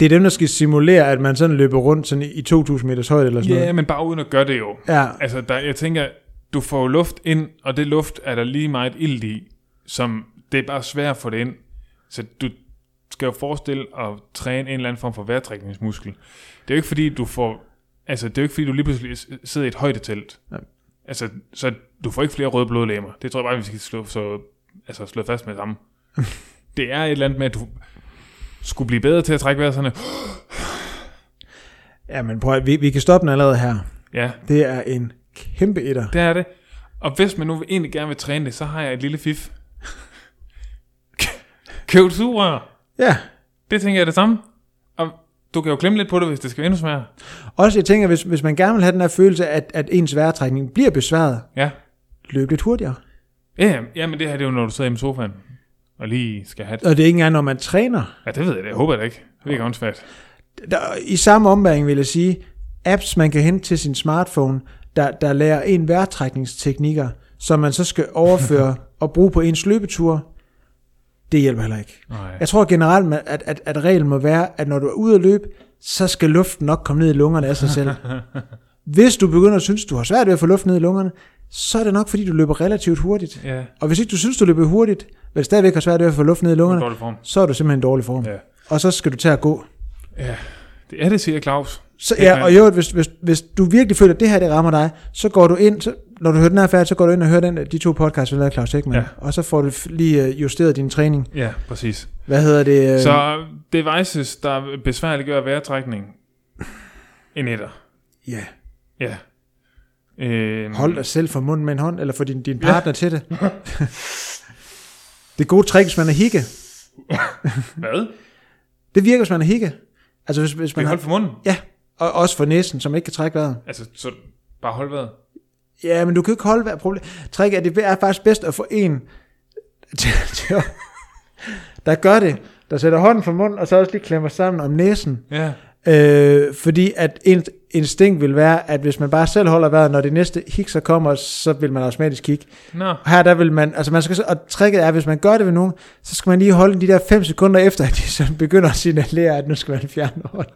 S2: Det er dem, der skal simulere, at man sådan løber rundt sådan i 2.000 meters højde eller sådan
S1: Ja,
S2: noget.
S1: men bare uden at gøre det jo.
S2: Ja,
S1: Altså, der, jeg tænker, du får jo luft ind, og det luft er der lige meget ild i, som det er bare svært at få det ind. Så du skal jo forestille at træne en eller anden form for vejrtrækningsmuskel. Det er jo ikke fordi, du får... Altså, det er jo ikke fordi, du lige pludselig s- sidder i et højdetelt.
S2: Nej.
S1: Altså, så du får ikke flere røde blodlegemer. Det tror jeg bare, vi skal slå, så, altså, slå fast med det samme. det er et eller andet med, at du skulle blive bedre til at trække vejret sådan.
S2: ja men prøv at, vi, vi kan stoppe den allerede her.
S1: Ja,
S2: Det er en kæmpe etter.
S1: Det er det. Og hvis man nu egentlig gerne vil træne det, så har jeg et lille fif. Køb sugerør.
S2: Ja,
S1: Det tænker jeg er det samme. Og Du kan jo klemme lidt på det, hvis det skal være endnu sværere.
S2: Også jeg tænker, hvis, hvis man gerne vil have den her følelse, at, at ens væretrækning bliver besværet,
S1: Ja.
S2: løb lidt hurtigere.
S1: Ja, ja, men det her det er jo, når du sidder hjemme i sofaen og lige skal have det.
S2: Og det er ikke engang, når man træner.
S1: Ja, det ved jeg da. Jeg håber det ikke. Det er ikke åndssvagt.
S2: Der, I samme ombæring vil jeg sige, apps, man kan hente til sin smartphone, der, der lærer en væretrækningsteknikker, som man så skal overføre og bruge på ens løbeture, det hjælper heller ikke.
S1: Nej.
S2: Jeg tror generelt, man- at, at, at reglen må være, at når du er ude at løbe, så skal luften nok komme ned i lungerne af sig selv. Hvis du begynder at synes, du har svært ved at få luft ned i lungerne, så er det nok, fordi du løber relativt hurtigt.
S1: Ja,
S2: Og hvis ikke du synes, du løber hurtigt, men stadigvæk har svært ved at få luft ned i
S1: det er en
S2: lungerne,
S1: dårlig form.
S2: så er du simpelthen i dårlig form.
S1: Ja.
S2: Og så skal du til at gå.
S1: Det er det, siger Claus.
S2: Så,
S1: Det kan-
S2: ja, og jo, hvis, hvis, hvis du virkelig føler, at det her det rammer dig, så går du ind, så, når du hører den her færdig, så går du ind og hører den, de to podcasts, vi lavede af Claus Ekman,
S1: Ja.
S2: ja. og så får du f- lige øh, justeret din træning.
S1: Ja, præcis.
S2: Hvad hedder det? øh,
S1: Så devices, der besværliggør vejrtrækning. En etter.
S2: Ja.
S1: Ja. Øhm,
S2: Hold dig selv for munden med en hånd, eller få din, din partner ja. til det. det er gode trick, hvis man er hikke.
S1: Hvad?
S2: Det virker, hvis man er hikke. Altså hvis, hvis
S1: Det
S2: man
S1: er
S2: har,
S1: holdt for munden.
S2: Ja, og også for næsen, som ikke kan trække vejret.
S1: Altså, så bare hold vejret.
S2: Ja, men du kan jo ikke holde vejret. Problem. Trick er, det er faktisk bedst at få en, til, til at, der gør det. Der sætter hånden for munden, og så også lige klemmer sammen om næsen.
S1: Ja.
S2: Øh, fordi at en instinkt vil være, at hvis man bare selv holder vejret, når det næste hik så kommer, så vil man automatisk kigge.
S1: Nå.
S2: Og Her der vil man, altså man skal, så- og tricket er, at hvis man gør det ved nogen, så skal man lige holde de der 5 sekunder efter, at de så begynder at signalere, at nu skal man fjerne hånden.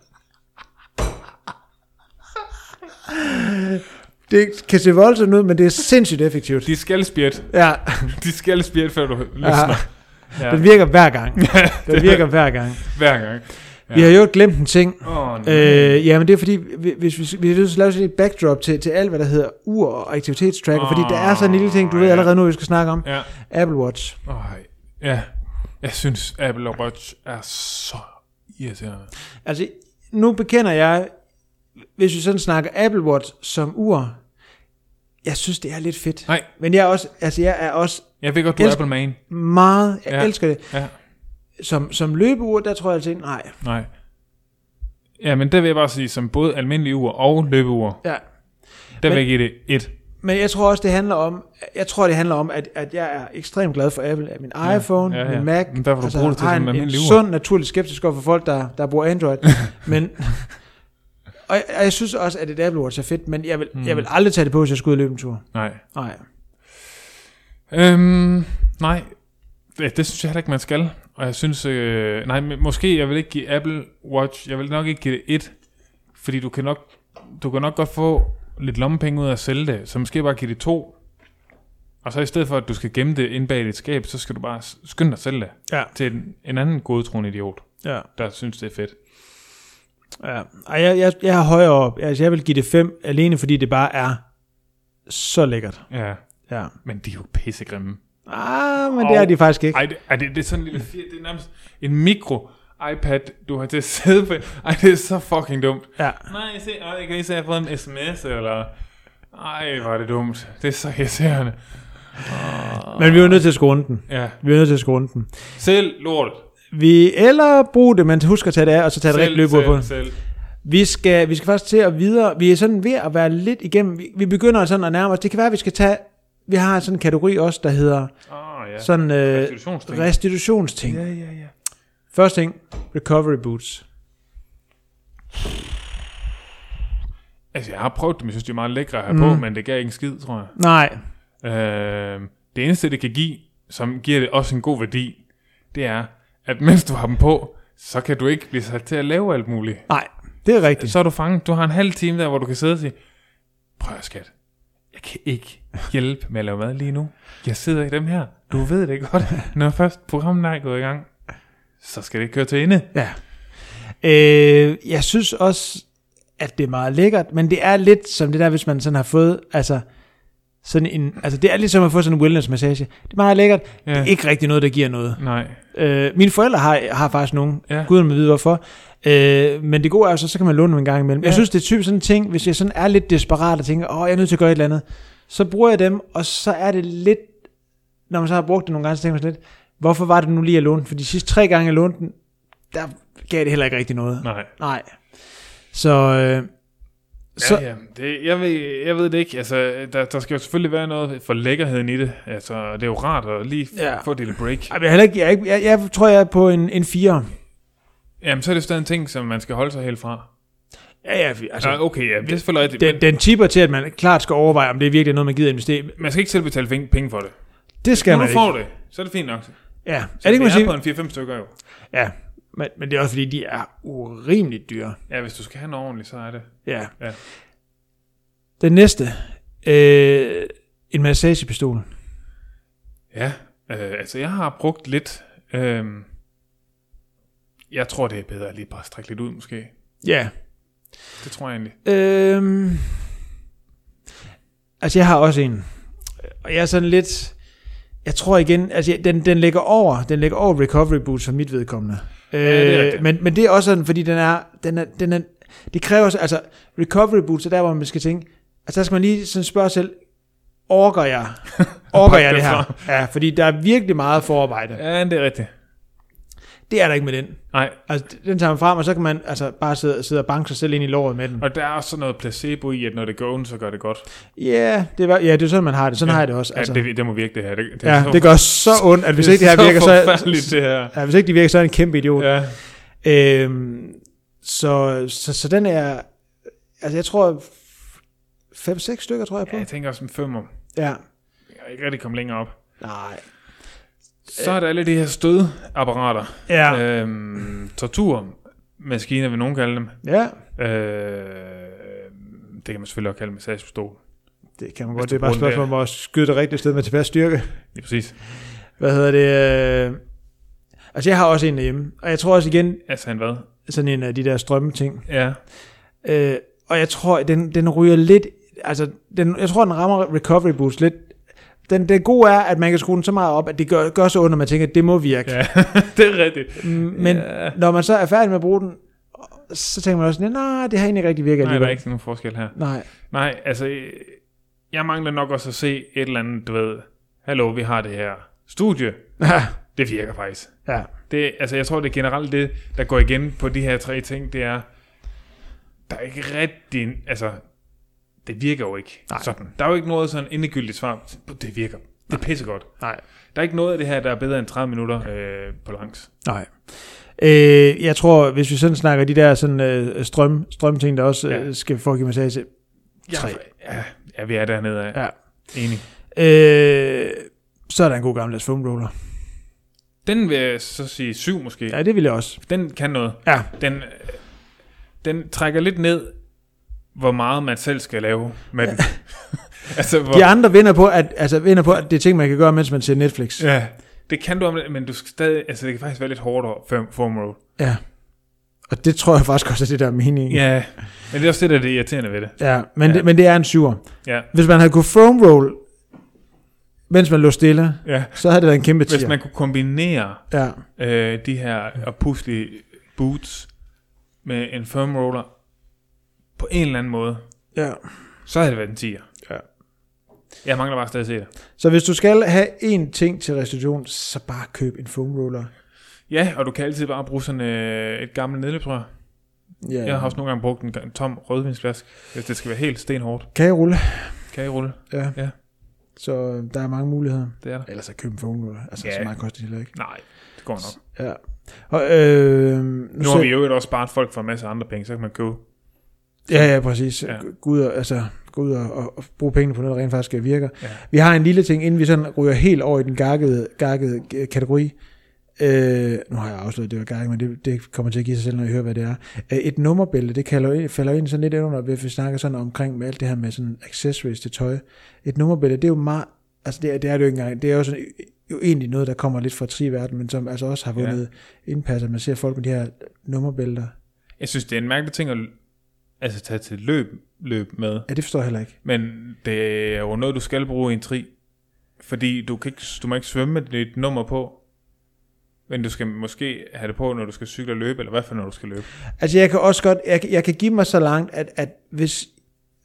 S2: Det kan se voldsomt ud, men det er sindssygt effektivt.
S1: De skal spjætte.
S2: Ja,
S1: De skal spjætte, før du
S2: ja.
S1: løsner. Ja.
S2: den virker hver gang. Den virker hver gang.
S1: Hver gang.
S2: Vi har jo glemt en ting.
S1: Åh, oh,
S2: Øh, jamen det er fordi, vi- hvis vi, vi, vi skal lave sådan et backdrop til, til alt, hvad der hedder ur og aktivitetstracker, fordi der er sådan en lille ting, du ved
S1: Åh, ja.
S2: allerede nu, vi skal snakke om.
S1: Ja.
S2: Apple Watch.
S1: Oh, ja. Jeg synes, Apple Watch er så irriterende.
S2: Altså, nu bekender jeg, hvis vi sådan snakker Apple Watch som ur, jeg synes, det er lidt fedt.
S1: Nej.
S2: Men jeg er også, altså jeg er også
S1: Jeg ved godt, du er
S2: Elsk-
S1: Apple Man.
S2: meget, jeg
S1: Ja.
S2: ja. elsker det.
S1: Ja.
S2: Som, som løbeur, der tror jeg altså, nej.
S1: Nej. Ja, men der vil jeg bare sige, som både almindelige uger og løbeuger,
S2: Ja.
S1: der vil
S2: Men-
S1: jeg give det et.
S2: Men jeg tror også, det handler om, jeg tror, det handler om, at, at jeg er ekstremt glad for Apple, at min iPhone,
S1: ja,
S2: ja,
S1: ja.
S2: ja. min Mac, Altså,
S1: Men derfor du bruger det til
S2: har
S1: som
S2: en, en
S1: almindelig ur.
S2: sund, naturlig skeptisk over for folk, der, der bruger Android. men, og, jeg, og jeg synes også, at et Apple Watch er fedt, men jeg vil, mm. jeg vil aldrig tage det på, hvis jeg skulle ud og løbe en tur.
S1: Nej.
S2: Nej.
S1: Øhm, nej. Det, det synes jeg heller ikke, man skal. Og jeg synes... Øh, nej, men måske jeg vil ikke give Apple Watch... Jeg vil nok ikke give det et. Fordi du kan nok, du kan nok godt få lidt lommepenge ud af at sælge det. Så måske bare give det to. Og så i stedet for, at du skal gemme det inde bag dit skab, så skal du bare s- skynde dig at sælge det.
S2: Ja.
S1: Til en, en anden godtroende idiot,
S2: Ja,
S1: der synes, det er fedt.
S2: ja. Ej, jeg, jeg, jeg er højere op. Altså, jeg vil give det 5, alene fordi det bare er så lækkert.
S1: Ja.
S2: Ja.
S1: Men de er jo pissegrimme.
S2: Ah, men det er
S1: Og-
S2: de faktisk ikke.
S1: Ej, det, ej, det, det er sådan en lille... fir- Det er nærmest en mikro iPad, du har til at sidde på. Ej, det er så fucking dumt.
S2: Ja.
S1: Nej, se, øh, jeg kan lige se, at jeg har fået en sms, eller... Ej, hvor er det dumt. Det er så irriterende. Ah.
S2: Men vi er jo nødt til at skrue den.
S1: Ja.
S2: Vi er nødt til at skrue den.
S1: Selv lort.
S2: Vi, eller brug det, men husk at tage det af, og så tage det rigtigt
S1: Selv,
S2: løbord på.
S1: selv, selv.
S2: Vi skal, vi skal faktisk til at videre. Vi er sådan ved at være lidt igennem. Vi, vi begynder sådan at nærme os. Det kan være, at vi skal tage... Vi har sådan en kategori også, der hedder
S1: Åh, oh, ja. Så,
S2: sådan øh,
S1: Restitutionsting.
S2: restitutionsting.
S1: ja, ja, ja.
S2: Første ting, recovery boots.
S1: Altså, jeg har prøvet dem. Jeg synes, de er meget lækre at have mm. på, men det gav ikke en skid, tror jeg.
S2: Nej,
S1: Øh, det eneste, det kan give, som giver det også en god værdi, det er, at mens du har dem på, så kan du ikke blive sat til at lave alt muligt.
S2: nej, det er rigtigt.
S1: Så er du fanget. Du har en halv time der, hvor du kan sidde og sige, prøv at skat, jeg kan ikke hjælpe med at lave mad lige nu. Jeg sidder i dem her. Du ved det godt. Når først programmet er gået i gang, så skal det køre til ende.
S2: Ja. Øh, jeg synes også, at det er meget lækkert, men det er lidt som det der, hvis man sådan har fået, altså, sådan en, altså det er ligesom at få sådan en wellness-massage. Det er meget lækkert.
S1: Ja.
S2: Det er ikke rigtig noget, der giver noget.
S1: Nej.
S2: Øh, mine forældre har, har faktisk nogen.
S1: Ja.
S2: Ja. Gud må vide hvorfor. Øh, men det gode er jo så, så kan man låne dem en gang imellem. Ja.
S1: Ja.
S2: Jeg synes, det er typisk sådan en ting, hvis jeg sådan er lidt desperat og tænker, åh, jeg er nødt til at gøre et eller andet, så bruger jeg dem, og så er det lidt, når man så har brugt det nogle gange, så tænker man sådan lidt, hvorfor var det nu lige, jeg lånte den? For de sidste tre gange, jeg lånte den, der gav det heller ikke rigtig noget.
S1: Nej.
S2: Nej. Så, øh, så
S1: Så, ja, ja. Det, jeg, ved, jeg ved det ikke. Altså, der, der skal jo selvfølgelig være noget for lækkerheden i det. Altså, det er jo rart at lige
S2: Ja.
S1: ja. få et lille break.
S2: Ej, men jeg, er heller ikke, jeg, er ikke, jeg, jeg tror, jeg er på en, en 4.
S1: Jamen, så er det stadig en ting, som man skal holde sig helt fra.
S2: Ja, ja, altså,
S1: Altså, ja, okay, ja, det er selvfølgelig rigtigt.
S2: den,
S1: Den,
S2: den tipper til, at man klart skal overveje, om det er virkelig noget, man gider investere i.
S1: men man skal ikke selv betale fin- penge for det.
S2: Det skal
S1: Når
S2: man
S1: du
S2: ikke.
S1: får det, så er det fint nok. Så
S2: Ja, er det ikke, man
S1: det er på
S2: siger?
S1: en 4-5 stykker jo.
S2: Ja, men, men det er også, fordi de er urimeligt dyre.
S1: Ja, hvis du skal have noget ordentligt, så er det.
S2: Ja.
S1: Ja.
S2: Den næste. Øh, en massagepistol.
S1: Ja, øh, altså jeg har brugt lidt. Øh, jeg tror, det er bedre lige bare at strække lidt ud måske.
S2: Ja.
S1: Det tror jeg egentlig.
S2: Øhm, altså, jeg har også en. Og jeg er sådan lidt... Jeg tror igen, altså jeg- den, den ligger over, den ligger over recovery boots for mit vedkommende.
S1: det er
S2: Øh,
S1: rigtigt.
S2: men, men det er også sådan, fordi den er, den er, den er, det kræver også, altså recovery boots er der, hvor man skal tænke, altså der skal man lige sådan spørge selv, orker jeg, orker jeg det her? Ja, fordi der er virkelig meget forarbejde.
S1: Ja, det er rigtigt.
S2: Det er der ikke med den.
S1: Nej,
S2: Altså, den tager man frem, og så kan man altså, bare sidde, sidde og banke sig selv ind i låret med den.
S1: og der er også sådan noget placebo i, at når det går ondt, så gør det godt.
S2: Ja, det, var, ja, det er sådan, man har det. Sådan ja, har jeg det også.
S1: Altså,
S2: Altså,
S1: ja, det, det må virke det her. Det, det
S2: ja, det gør så ondt, at hvis
S1: det er
S2: ikke det her virker,
S1: så...
S2: så
S1: forfærdeligt,
S2: er,
S1: det her.
S2: ja, hvis ikke det virker, så er jeg en kæmpe idiot. Ja.
S1: Ja.
S2: Øhm, så, så, så den er, altså jeg tror, 5-6 stykker tror jeg på.
S1: ja, jeg tænker også en femmer.
S2: Ja.
S1: Jeg er ikke rigtig kommet længere op.
S2: Nej.
S1: Så er der alle de her stødapparater.
S2: Ja.
S1: Ja. Øhm, torturmaskiner, vil nogen kalde dem.
S2: ja,
S1: Øh, det kan man selvfølgelig også kalde en massagepistol.
S2: det kan man
S1: Hvis
S2: godt.
S1: du
S2: Det er bare et
S1: bruger den
S2: spørgsmål om at skyde det rigtige sted med tilbage styrke.
S1: Ja, præcis.
S2: Hvad hedder det? øh, Altså jeg har også en derhjemme, og jeg tror også igen,
S1: Altså han hvad?
S2: sådan en af de der strømmeting,
S1: Ja.
S2: Øh, og jeg tror, den, den ryger lidt, altså, den, jeg tror, den rammer recovery boost lidt. Den, den gode er, at man kan skrue den så meget op, at det gør, gør så ondt, at man tænker, at det må virke.
S1: ja. det er rigtigt.
S2: Mm, Men
S1: ja.
S2: når man så er færdig med at bruge den, så tænker man også, nej, nej, det har egentlig ikke rigtig virket
S1: Nej, der er
S2: alligevel."
S1: ikke sådan nogen forskel her.
S2: Nej,
S1: Nej, altså, øh, jeg mangler nok også at se et eller andet, du ved, hallo, vi har det her studie. Det virker faktisk.
S2: ja.
S1: Det, altså, jeg tror, det er generelt det, der går igen på de her tre ting, det er, der er ikke rigtig, altså, det virker jo ikke
S2: Nej.
S1: sådan. Der er jo ikke noget sådan endegyldigt svar. Det virker. Det er pissegodt.
S2: Nej.
S1: Der er ikke noget af det her, der er bedre end 30 minutter øh, på langs.
S2: Nej. Øh, jeg tror, hvis vi sådan snakker de der sådan, øh, strøm, strømting, der også
S1: Ja.
S2: øh, skal foregive massage. Tre.
S1: Ja, ja, vi er dernede af.
S2: Ja.
S1: Enig.
S2: Øh, så er der en god gammeldags foam roller.
S1: Den vil jeg så sige syv måske. Ja.
S2: Ja, det vil jeg også.
S1: Den kan noget.
S2: Ja,
S1: Den, øh, den trækker lidt ned, hvor meget man selv skal lave med den. altså, hvor,
S2: De andre vinder på, at, altså, vinder på, at det er ting, man kan gøre, mens man ser Netflix. Ja.
S1: ja, det kan du om lidt, men du skal stadig, altså det kan faktisk være lidt hårdere for form roll.
S2: ja. Og det tror jeg faktisk også er det, der er meningen.
S1: Ja, men det er også det, der er det irriterende ved det.
S2: ja men,
S1: Ja.
S2: Det, men det er en syver.
S1: Ja,
S2: Hvis man havde kunne foam roll, mens man lå stille,
S1: ja.
S2: så havde det været en kæmpe tier.
S1: Hvis man kunne kombinere
S2: Ja,
S1: øh, de her opuslige boots med en firm roller på en eller anden måde,
S2: ja.
S1: så havde det været en 10'er.
S2: Ja.
S1: Jeg mangler bare stadig at se det.
S2: Så hvis du skal have én ting til restitution, så bare køb en foam roller.
S1: Ja, og du kan altid bare bruge sådan øh, et gammelt nedløbsrør.
S2: Ja.
S1: Jeg har også nogle gange brugt en ga- tom rødvinsflaske, hvis det skal være helt stenhårdt.
S2: Kan jeg rulle?
S1: Kan I rulle?
S2: Ja.
S1: Ja.
S2: Så øh, der er mange muligheder.
S1: Det er der.
S2: Ellers så køb en foam roller. Altså,
S1: Ja.
S2: så meget koster det heller ikke.
S1: Nej, det går nok.
S2: Ja. Og, øh, nu,
S1: Nu har vi jo også sparet folk for en masse andre penge, så kan man købe.
S2: Ja, ja, præcis. Ja.
S1: Ja.
S2: Gå ud og, altså, gå ud og, og, og bruge pengene på noget, der rent faktisk virker. Ja.
S1: Ja.
S2: Vi har en lille ting, inden vi sådan ryger helt over i den garkede, garkede øh, kategori. Øh, nu har jeg afsløret, det var garket, men det, det kommer til at give sig selv, når I hører, hvad det er. Øh, et nummerbælte, det kalder, jo ind- falder jo ind sådan lidt ind under, hvis vi snakker sådan omkring med alt det her med sådan accessories til tøj. Et nummerbælte, det er jo meget, altså det, er- det er det jo ikke engang, det er jo sådan jo egentlig noget, der kommer lidt fra triverden, men som altså også har
S1: Ja.
S2: vundet ja. indpas, at man ser folk med de her nummerbælter.
S1: Jeg synes, det er en mærkelig ting at l- altså, tage til løb, løb med,
S2: Ja, det forstår jeg heller ikke.
S1: men det er jo noget, du skal bruge i en tri. Fordi du, kan ikke, du må ikke svømme med dit nummer på, men du skal måske have det på, når du skal cykle og løbe, eller hvad for når du skal løbe.
S2: Altså jeg kan også godt, jeg, kan- jeg kan give mig så langt, at, at hvis,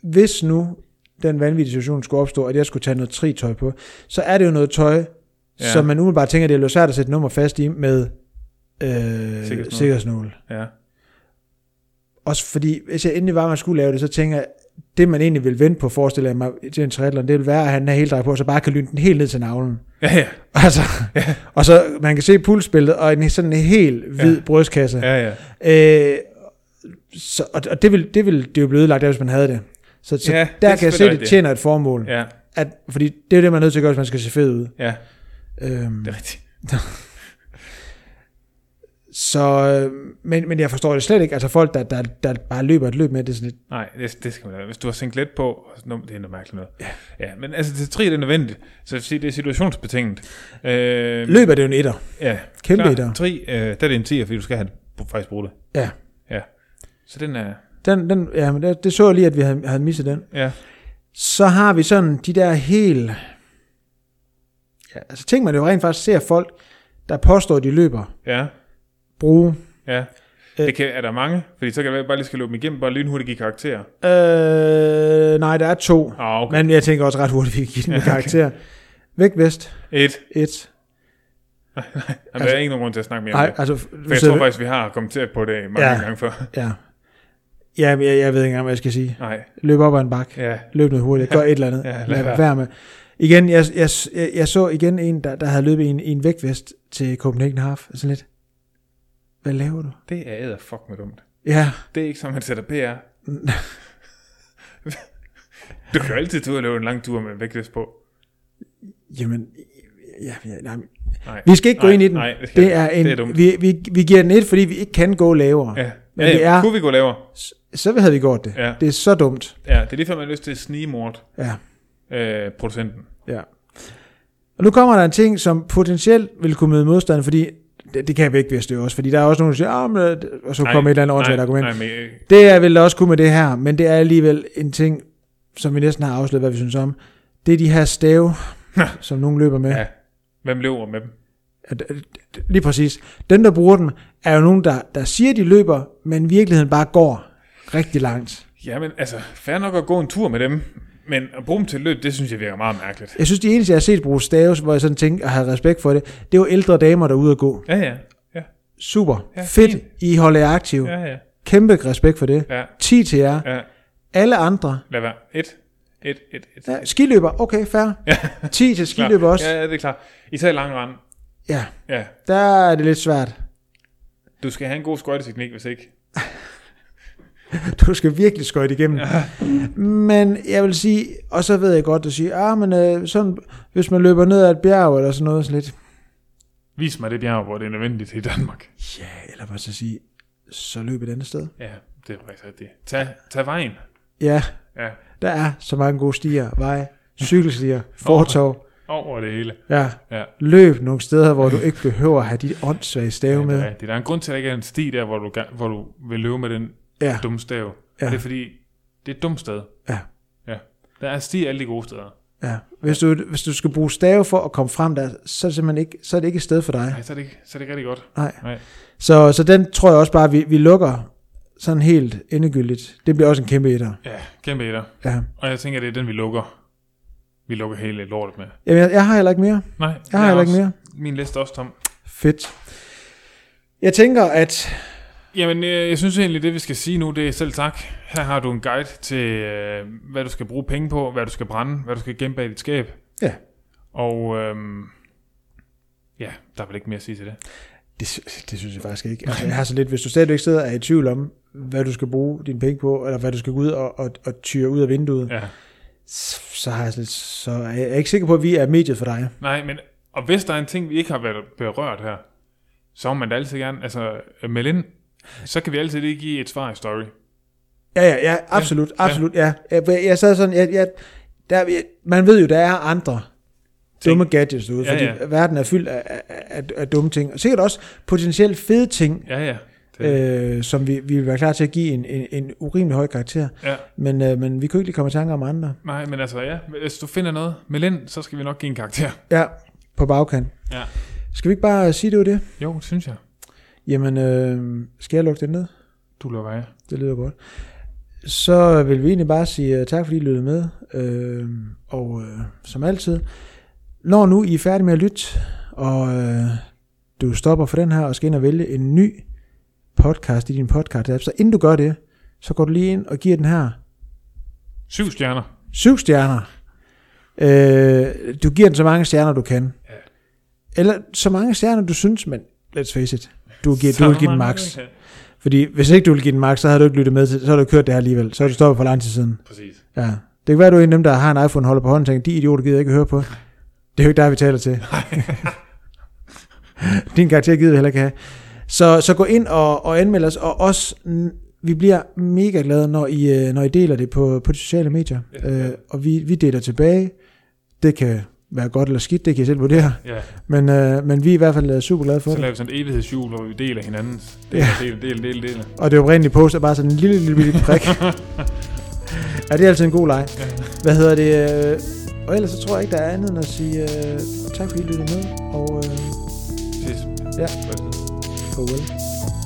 S2: hvis nu den vanvittige situation skulle opstå, at jeg skulle tage noget tritøj på, så er det jo noget tøj, ja.
S1: Ja.
S2: som man umiddelbart tænker, det er jo svært at sætte nummer fast i med øh,
S1: Sikkerhedsnål.
S2: sikkerhedsnål.
S1: Ja.
S2: Også fordi, hvis jeg endelig var, man skulle lave det, så tænker jeg, det man egentlig vil vente på, forestiller jeg mig til en triathlon, det vil være, at han er helt drej på, så bare kan lyne den helt ned til navlen.
S1: Ja, ja.
S2: Altså, ja. og så man kan se pulsbilledet og en sådan en helt hvid ja.
S1: Ja.
S2: brystkasse.
S1: ja, ja.
S2: Øh, så, og og det ville, det ville det jo blive ødelagt, af, hvis man havde det. Så, så
S1: Ja,
S2: ja,
S1: det er
S2: der kan jeg se, at
S1: selvfølgelig
S2: det tjener et formål. Ja.
S1: Ja,
S2: At, fordi det er jo det, man er nødt til at gøre, hvis man skal se fed ud.
S1: ja.
S2: Øhm,
S1: Det er rigtigt.
S2: så, øh, men, men jeg forstår det slet ikke. Altså folk, der, der, der bare løber et løb med, det er sådan lidt,
S1: Nej, det, det skal man lade. Hvis du har singlet på, og sådan noget- det er noget mærkeligt noget. Ja. ja men altså, det tri det er nødvendigt. Så jeg vil sige, det er situationsbetinget. Øh,
S2: løb er det jo en etter.
S1: Ja.
S2: Kæmpe
S1: Klar.
S2: etter.
S1: Tri, øh, der er det en 10, fordi du skal have den, faktisk bruge det.
S2: Ja.
S1: Ja. Så den er...
S2: Den, den, ja, men det, det så jeg lige, at vi havde, havde misset den.
S1: Ja.
S2: Så har vi sådan de der helt... Ja, altså ting, man jo rent faktisk ser folk, der påstår, at de løber,
S1: Ja.
S2: bruge.
S1: Ja.
S2: Øh.
S1: Det kan, er der mange? Fordi så kan det være, at jeg bare lige skal løbe dem igennem, bare lynhurtigt give karakterer.
S2: Øh, nej, der er to.
S1: Ah, okay.
S2: Men jeg tænker også ret hurtigt, at vi kan give den en
S1: Ja, okay.
S2: karakter. Vægt vest,
S1: Et.
S2: 1.
S1: Jamen, altså, der er ikke nogen grund til at snakke mere om
S2: Nej,
S1: det.
S2: altså...
S1: For jeg tror faktisk, vi har kommenteret på det mange
S2: Ja.
S1: ja. gange før.
S2: Ja. Ja, men jeg, jeg ved ikke engang, hvad jeg skal sige.
S1: Nej.
S2: Løb op ad en bakke.
S1: Ja.
S2: Løb noget hurtigt. Gør et eller andet.
S1: Ja, lad
S2: Lad
S1: være.
S2: være med. Igen, jeg, jeg, jeg, jeg så igen en, der, der havde løbet i en, i en vægtvest til Copenhagen Half. Sådan lidt. Hvad laver du?
S1: Det er æder fuck med dumt.
S2: Ja,
S1: Det er ikke som, man sætter PR. du kan jo altid tage ud og løbe en lang tur med en vægtløs på.
S2: jamen... Ja, ja, nej. men-
S1: Nej.
S2: Vi skal ikke gå
S1: nej,
S2: ind i den.
S1: Nej, det, skal
S2: det er en,
S1: det er dumt.
S2: vi, vi, vi giver den et, fordi vi ikke kan gå lavere.
S1: Ja.
S2: Men
S1: ja,
S2: det er-
S1: ja. Kunne vi gå lavere?
S2: Så, så havde vi gjort det.
S1: Ja.
S2: Det er så dumt.
S1: Ja, det er lige før, man har lyst til at snige mort
S2: Ja.
S1: øh, producenten.
S2: Ja. Og nu kommer der en ting, som potentielt vil kunne møde modstand, fordi det, det kan vi ikke vidste også, fordi der er også nogen, der siger, ah, men, øh, og så kommer et eller andet åndssvagt argument.
S1: Nej, men, øh,
S2: Det er vel også kunne med det her, men det er alligevel en ting, som vi næsten har afsløret, hvad vi synes om. Det er de her stave, som nogen løber med.
S1: ja. Hvem løber med dem?
S2: At- at- at- Lige præcis. Dem, der bruger dem, er jo nogen, der, der siger, de løber, men i virkeligheden bare går rigtig langt.
S1: Jamen, altså, fair nok at gå en tur med dem, men at bruge dem til løb, det synes jeg virker meget mærkeligt.
S2: Jeg synes, de eneste, jeg har set bruge stave, hvor jeg sådan tænkte og havde respekt for det, det var ældre damer, der er ude at gå.
S1: Ja, ja. Ja,
S2: Super. Ja,
S1: Ja,
S2: Fedt,
S1: fint.
S2: I holder jer aktive. Ja.
S1: ja, ja.
S2: Kæmpe respekt for det. Ja.
S1: ja,
S2: 10 til jer. Ja.
S1: ja.
S2: Alle andre.
S1: Lad være. Et, et, et, et.
S2: Ja, skiløber, okay, fair. Ja. 10 til
S1: Klar.
S2: skiløber også.
S1: Ja,
S2: Ja.
S1: ja, det er klart. Især i lang rand.
S2: ja,
S1: Ja,
S2: der er det lidt svært.
S1: du skal have en god skøjteteknik, hvis ikke.
S2: Du skal virkelig skøjte igennem. Ja. Men jeg vil sige, og så ved jeg godt, at sige, ah, men øh, sådan, hvis man løber ned ad et bjerg eller sådan noget, sådan lidt.
S1: Vis mig det bjerg, hvor det er nødvendigt i Danmark.
S2: Ja, eller hvad så sige, så løb et andet sted.
S1: Ja, det er faktisk rigtigt. Tag, tag vejen.
S2: Ja,
S1: Ja,
S2: der er så mange gode stier, veje, cykelstier, fortov.
S1: over det hele.
S2: Ja,
S1: Ja.
S2: løb nogle steder, hvor du ikke behøver at have dit åndssvage stave med.
S1: Ja, det er der er en grund til, at der ikke er en sti der, hvor du, ga- hvor du vil løbe med den
S2: Ja.
S1: dumme stav. Ja.
S2: Ja.
S1: Det er fordi, det er et dumt sted.
S2: Ja.
S1: ja. Der er sti alle de gode steder.
S2: Ja, hvis du, hvis du skal bruge stave for at komme frem der, så er det, simpelthen ikke, så er det ikke et sted for dig.
S1: Nej, så er det ikke, så er det ikke rigtig godt.
S2: Nej.
S1: Nej.
S2: Så, så den tror jeg også bare, vi, vi lukker sådan helt endegyldigt. Det bliver også en kæmpe etter.
S1: Ja, kæmpe etter.
S2: Ja.
S1: Og jeg tænker, det er den, vi lukker. Vi lukker hele lortet med.
S2: Jamen, jeg, jeg har heller ikke mere.
S1: Nej,
S2: Jeg har heller ikke
S1: også,
S2: mere.
S1: Min liste er også tom.
S2: Fedt. Jeg tænker, at...
S1: Jamen, øh, jeg synes egentlig, det vi skal sige nu, det er selv tak. Her har du en guide til, øh, hvad du skal bruge penge på, hvad du skal brænde, hvad du skal gemme bag dit skab.
S2: Ja.
S1: Og øhm, ja, der er vel ikke mere at sige til det.
S2: Det, sy- det synes jeg faktisk ikke. Altså, jeg har så lidt, hvis du stadigvæk sidder og er i tvivl om, hvad du skal bruge dine penge på, eller hvad du skal gå ud og, og, og tyre ud af vinduet, ja.
S1: Ja.
S2: så, har jeg sådan lidt, så er jeg ikke sikker på, at vi er mediet for dig.
S1: Nej, men og hvis der er en ting, vi ikke har været berørt her, så må man da altid gerne, altså øh, melde ind, så kan vi altid lige give et svar i story.
S2: Ja, ja, ja, absolut, ja, absolut, ja. Jeg, jeg sad sådan, jeg, jeg, der, jeg, man ved jo, der er andre dumme gadgets derude,
S1: Ja,
S2: fordi ja,
S1: ja.
S2: verden er fyldt af, af, af, af dumme ting, og sikkert også potentielt fede ting,
S1: Ja, ja. Det, øh.
S2: øh, som vi, vi vil være klar til at give en, en, en urimelig høj karakter,
S1: ja.
S2: men, øh, men vi kunne ikke lige komme i tanke om andre.
S1: Nej, men altså ja, hvis du finder noget, meld ind, så skal vi nok give en karakter.
S2: Ja, på bagkant.
S1: Ja.
S2: Skal vi ikke bare sige, det var det?
S1: Jo, det synes jeg.
S2: Jamen, øh, skal jeg lukke det ned?
S1: Du lukker af.
S2: Det lyder godt. Så vil vi egentlig bare sige øh, tak, fordi I lyttede med. Øh, og øh, som altid, når nu I er færdige med at lytte, og øh, du stopper for den her og skal ind og vælge en ny podcast i din podcast-app, så inden du gør det, så går du lige ind og giver den her
S1: Syv stjerner.
S2: syv stjerner. Øh, du giver den så mange stjerner, du kan.
S1: Ja.
S2: Eller så mange stjerner, du synes, men let's face it, du, giver, du vil give den max.
S1: Ja.
S2: Fordi hvis ikke du vil give den max, så havde du ikke lyttet med til, så havde du kørt det her alligevel. Så har du stoppet for lang tid siden.
S1: Præcis.
S2: Ja. Det kan være, du er en af dem, der har en iPhone, holder på hånden og tænker, de idioter gider jeg ikke høre på. Det er jo ikke der, vi taler til. Din karakter gider vi heller ikke have. Så, så gå ind og, og anmeld os, og også, mm, vi bliver mega glade, når I, øh, når I deler det på, på de sociale medier.
S1: Ja, ja.
S2: Øh, og vi, vi deler tilbage. Det kan være godt eller skidt, det kan I selv vurdere.
S1: Ja.
S2: Men, øh, men vi er i hvert fald øh, super glade for
S1: Så
S2: det.
S1: laver vi sådan et evighedshjul, hvor vi deler hinandens. Deler,
S2: Ja.
S1: deler, deler, deler, deler.
S2: Og det oprindelige post er bare sådan en lille, lille, lille prik. ja, det er altid en god leg. Hvad hedder det? øh, Og ellers så tror jeg ikke, der er andet end at sige uh, tak fordi I lyttede med, og uh,
S1: Præcis.
S2: Ja.
S1: Præcis.
S2: farvel.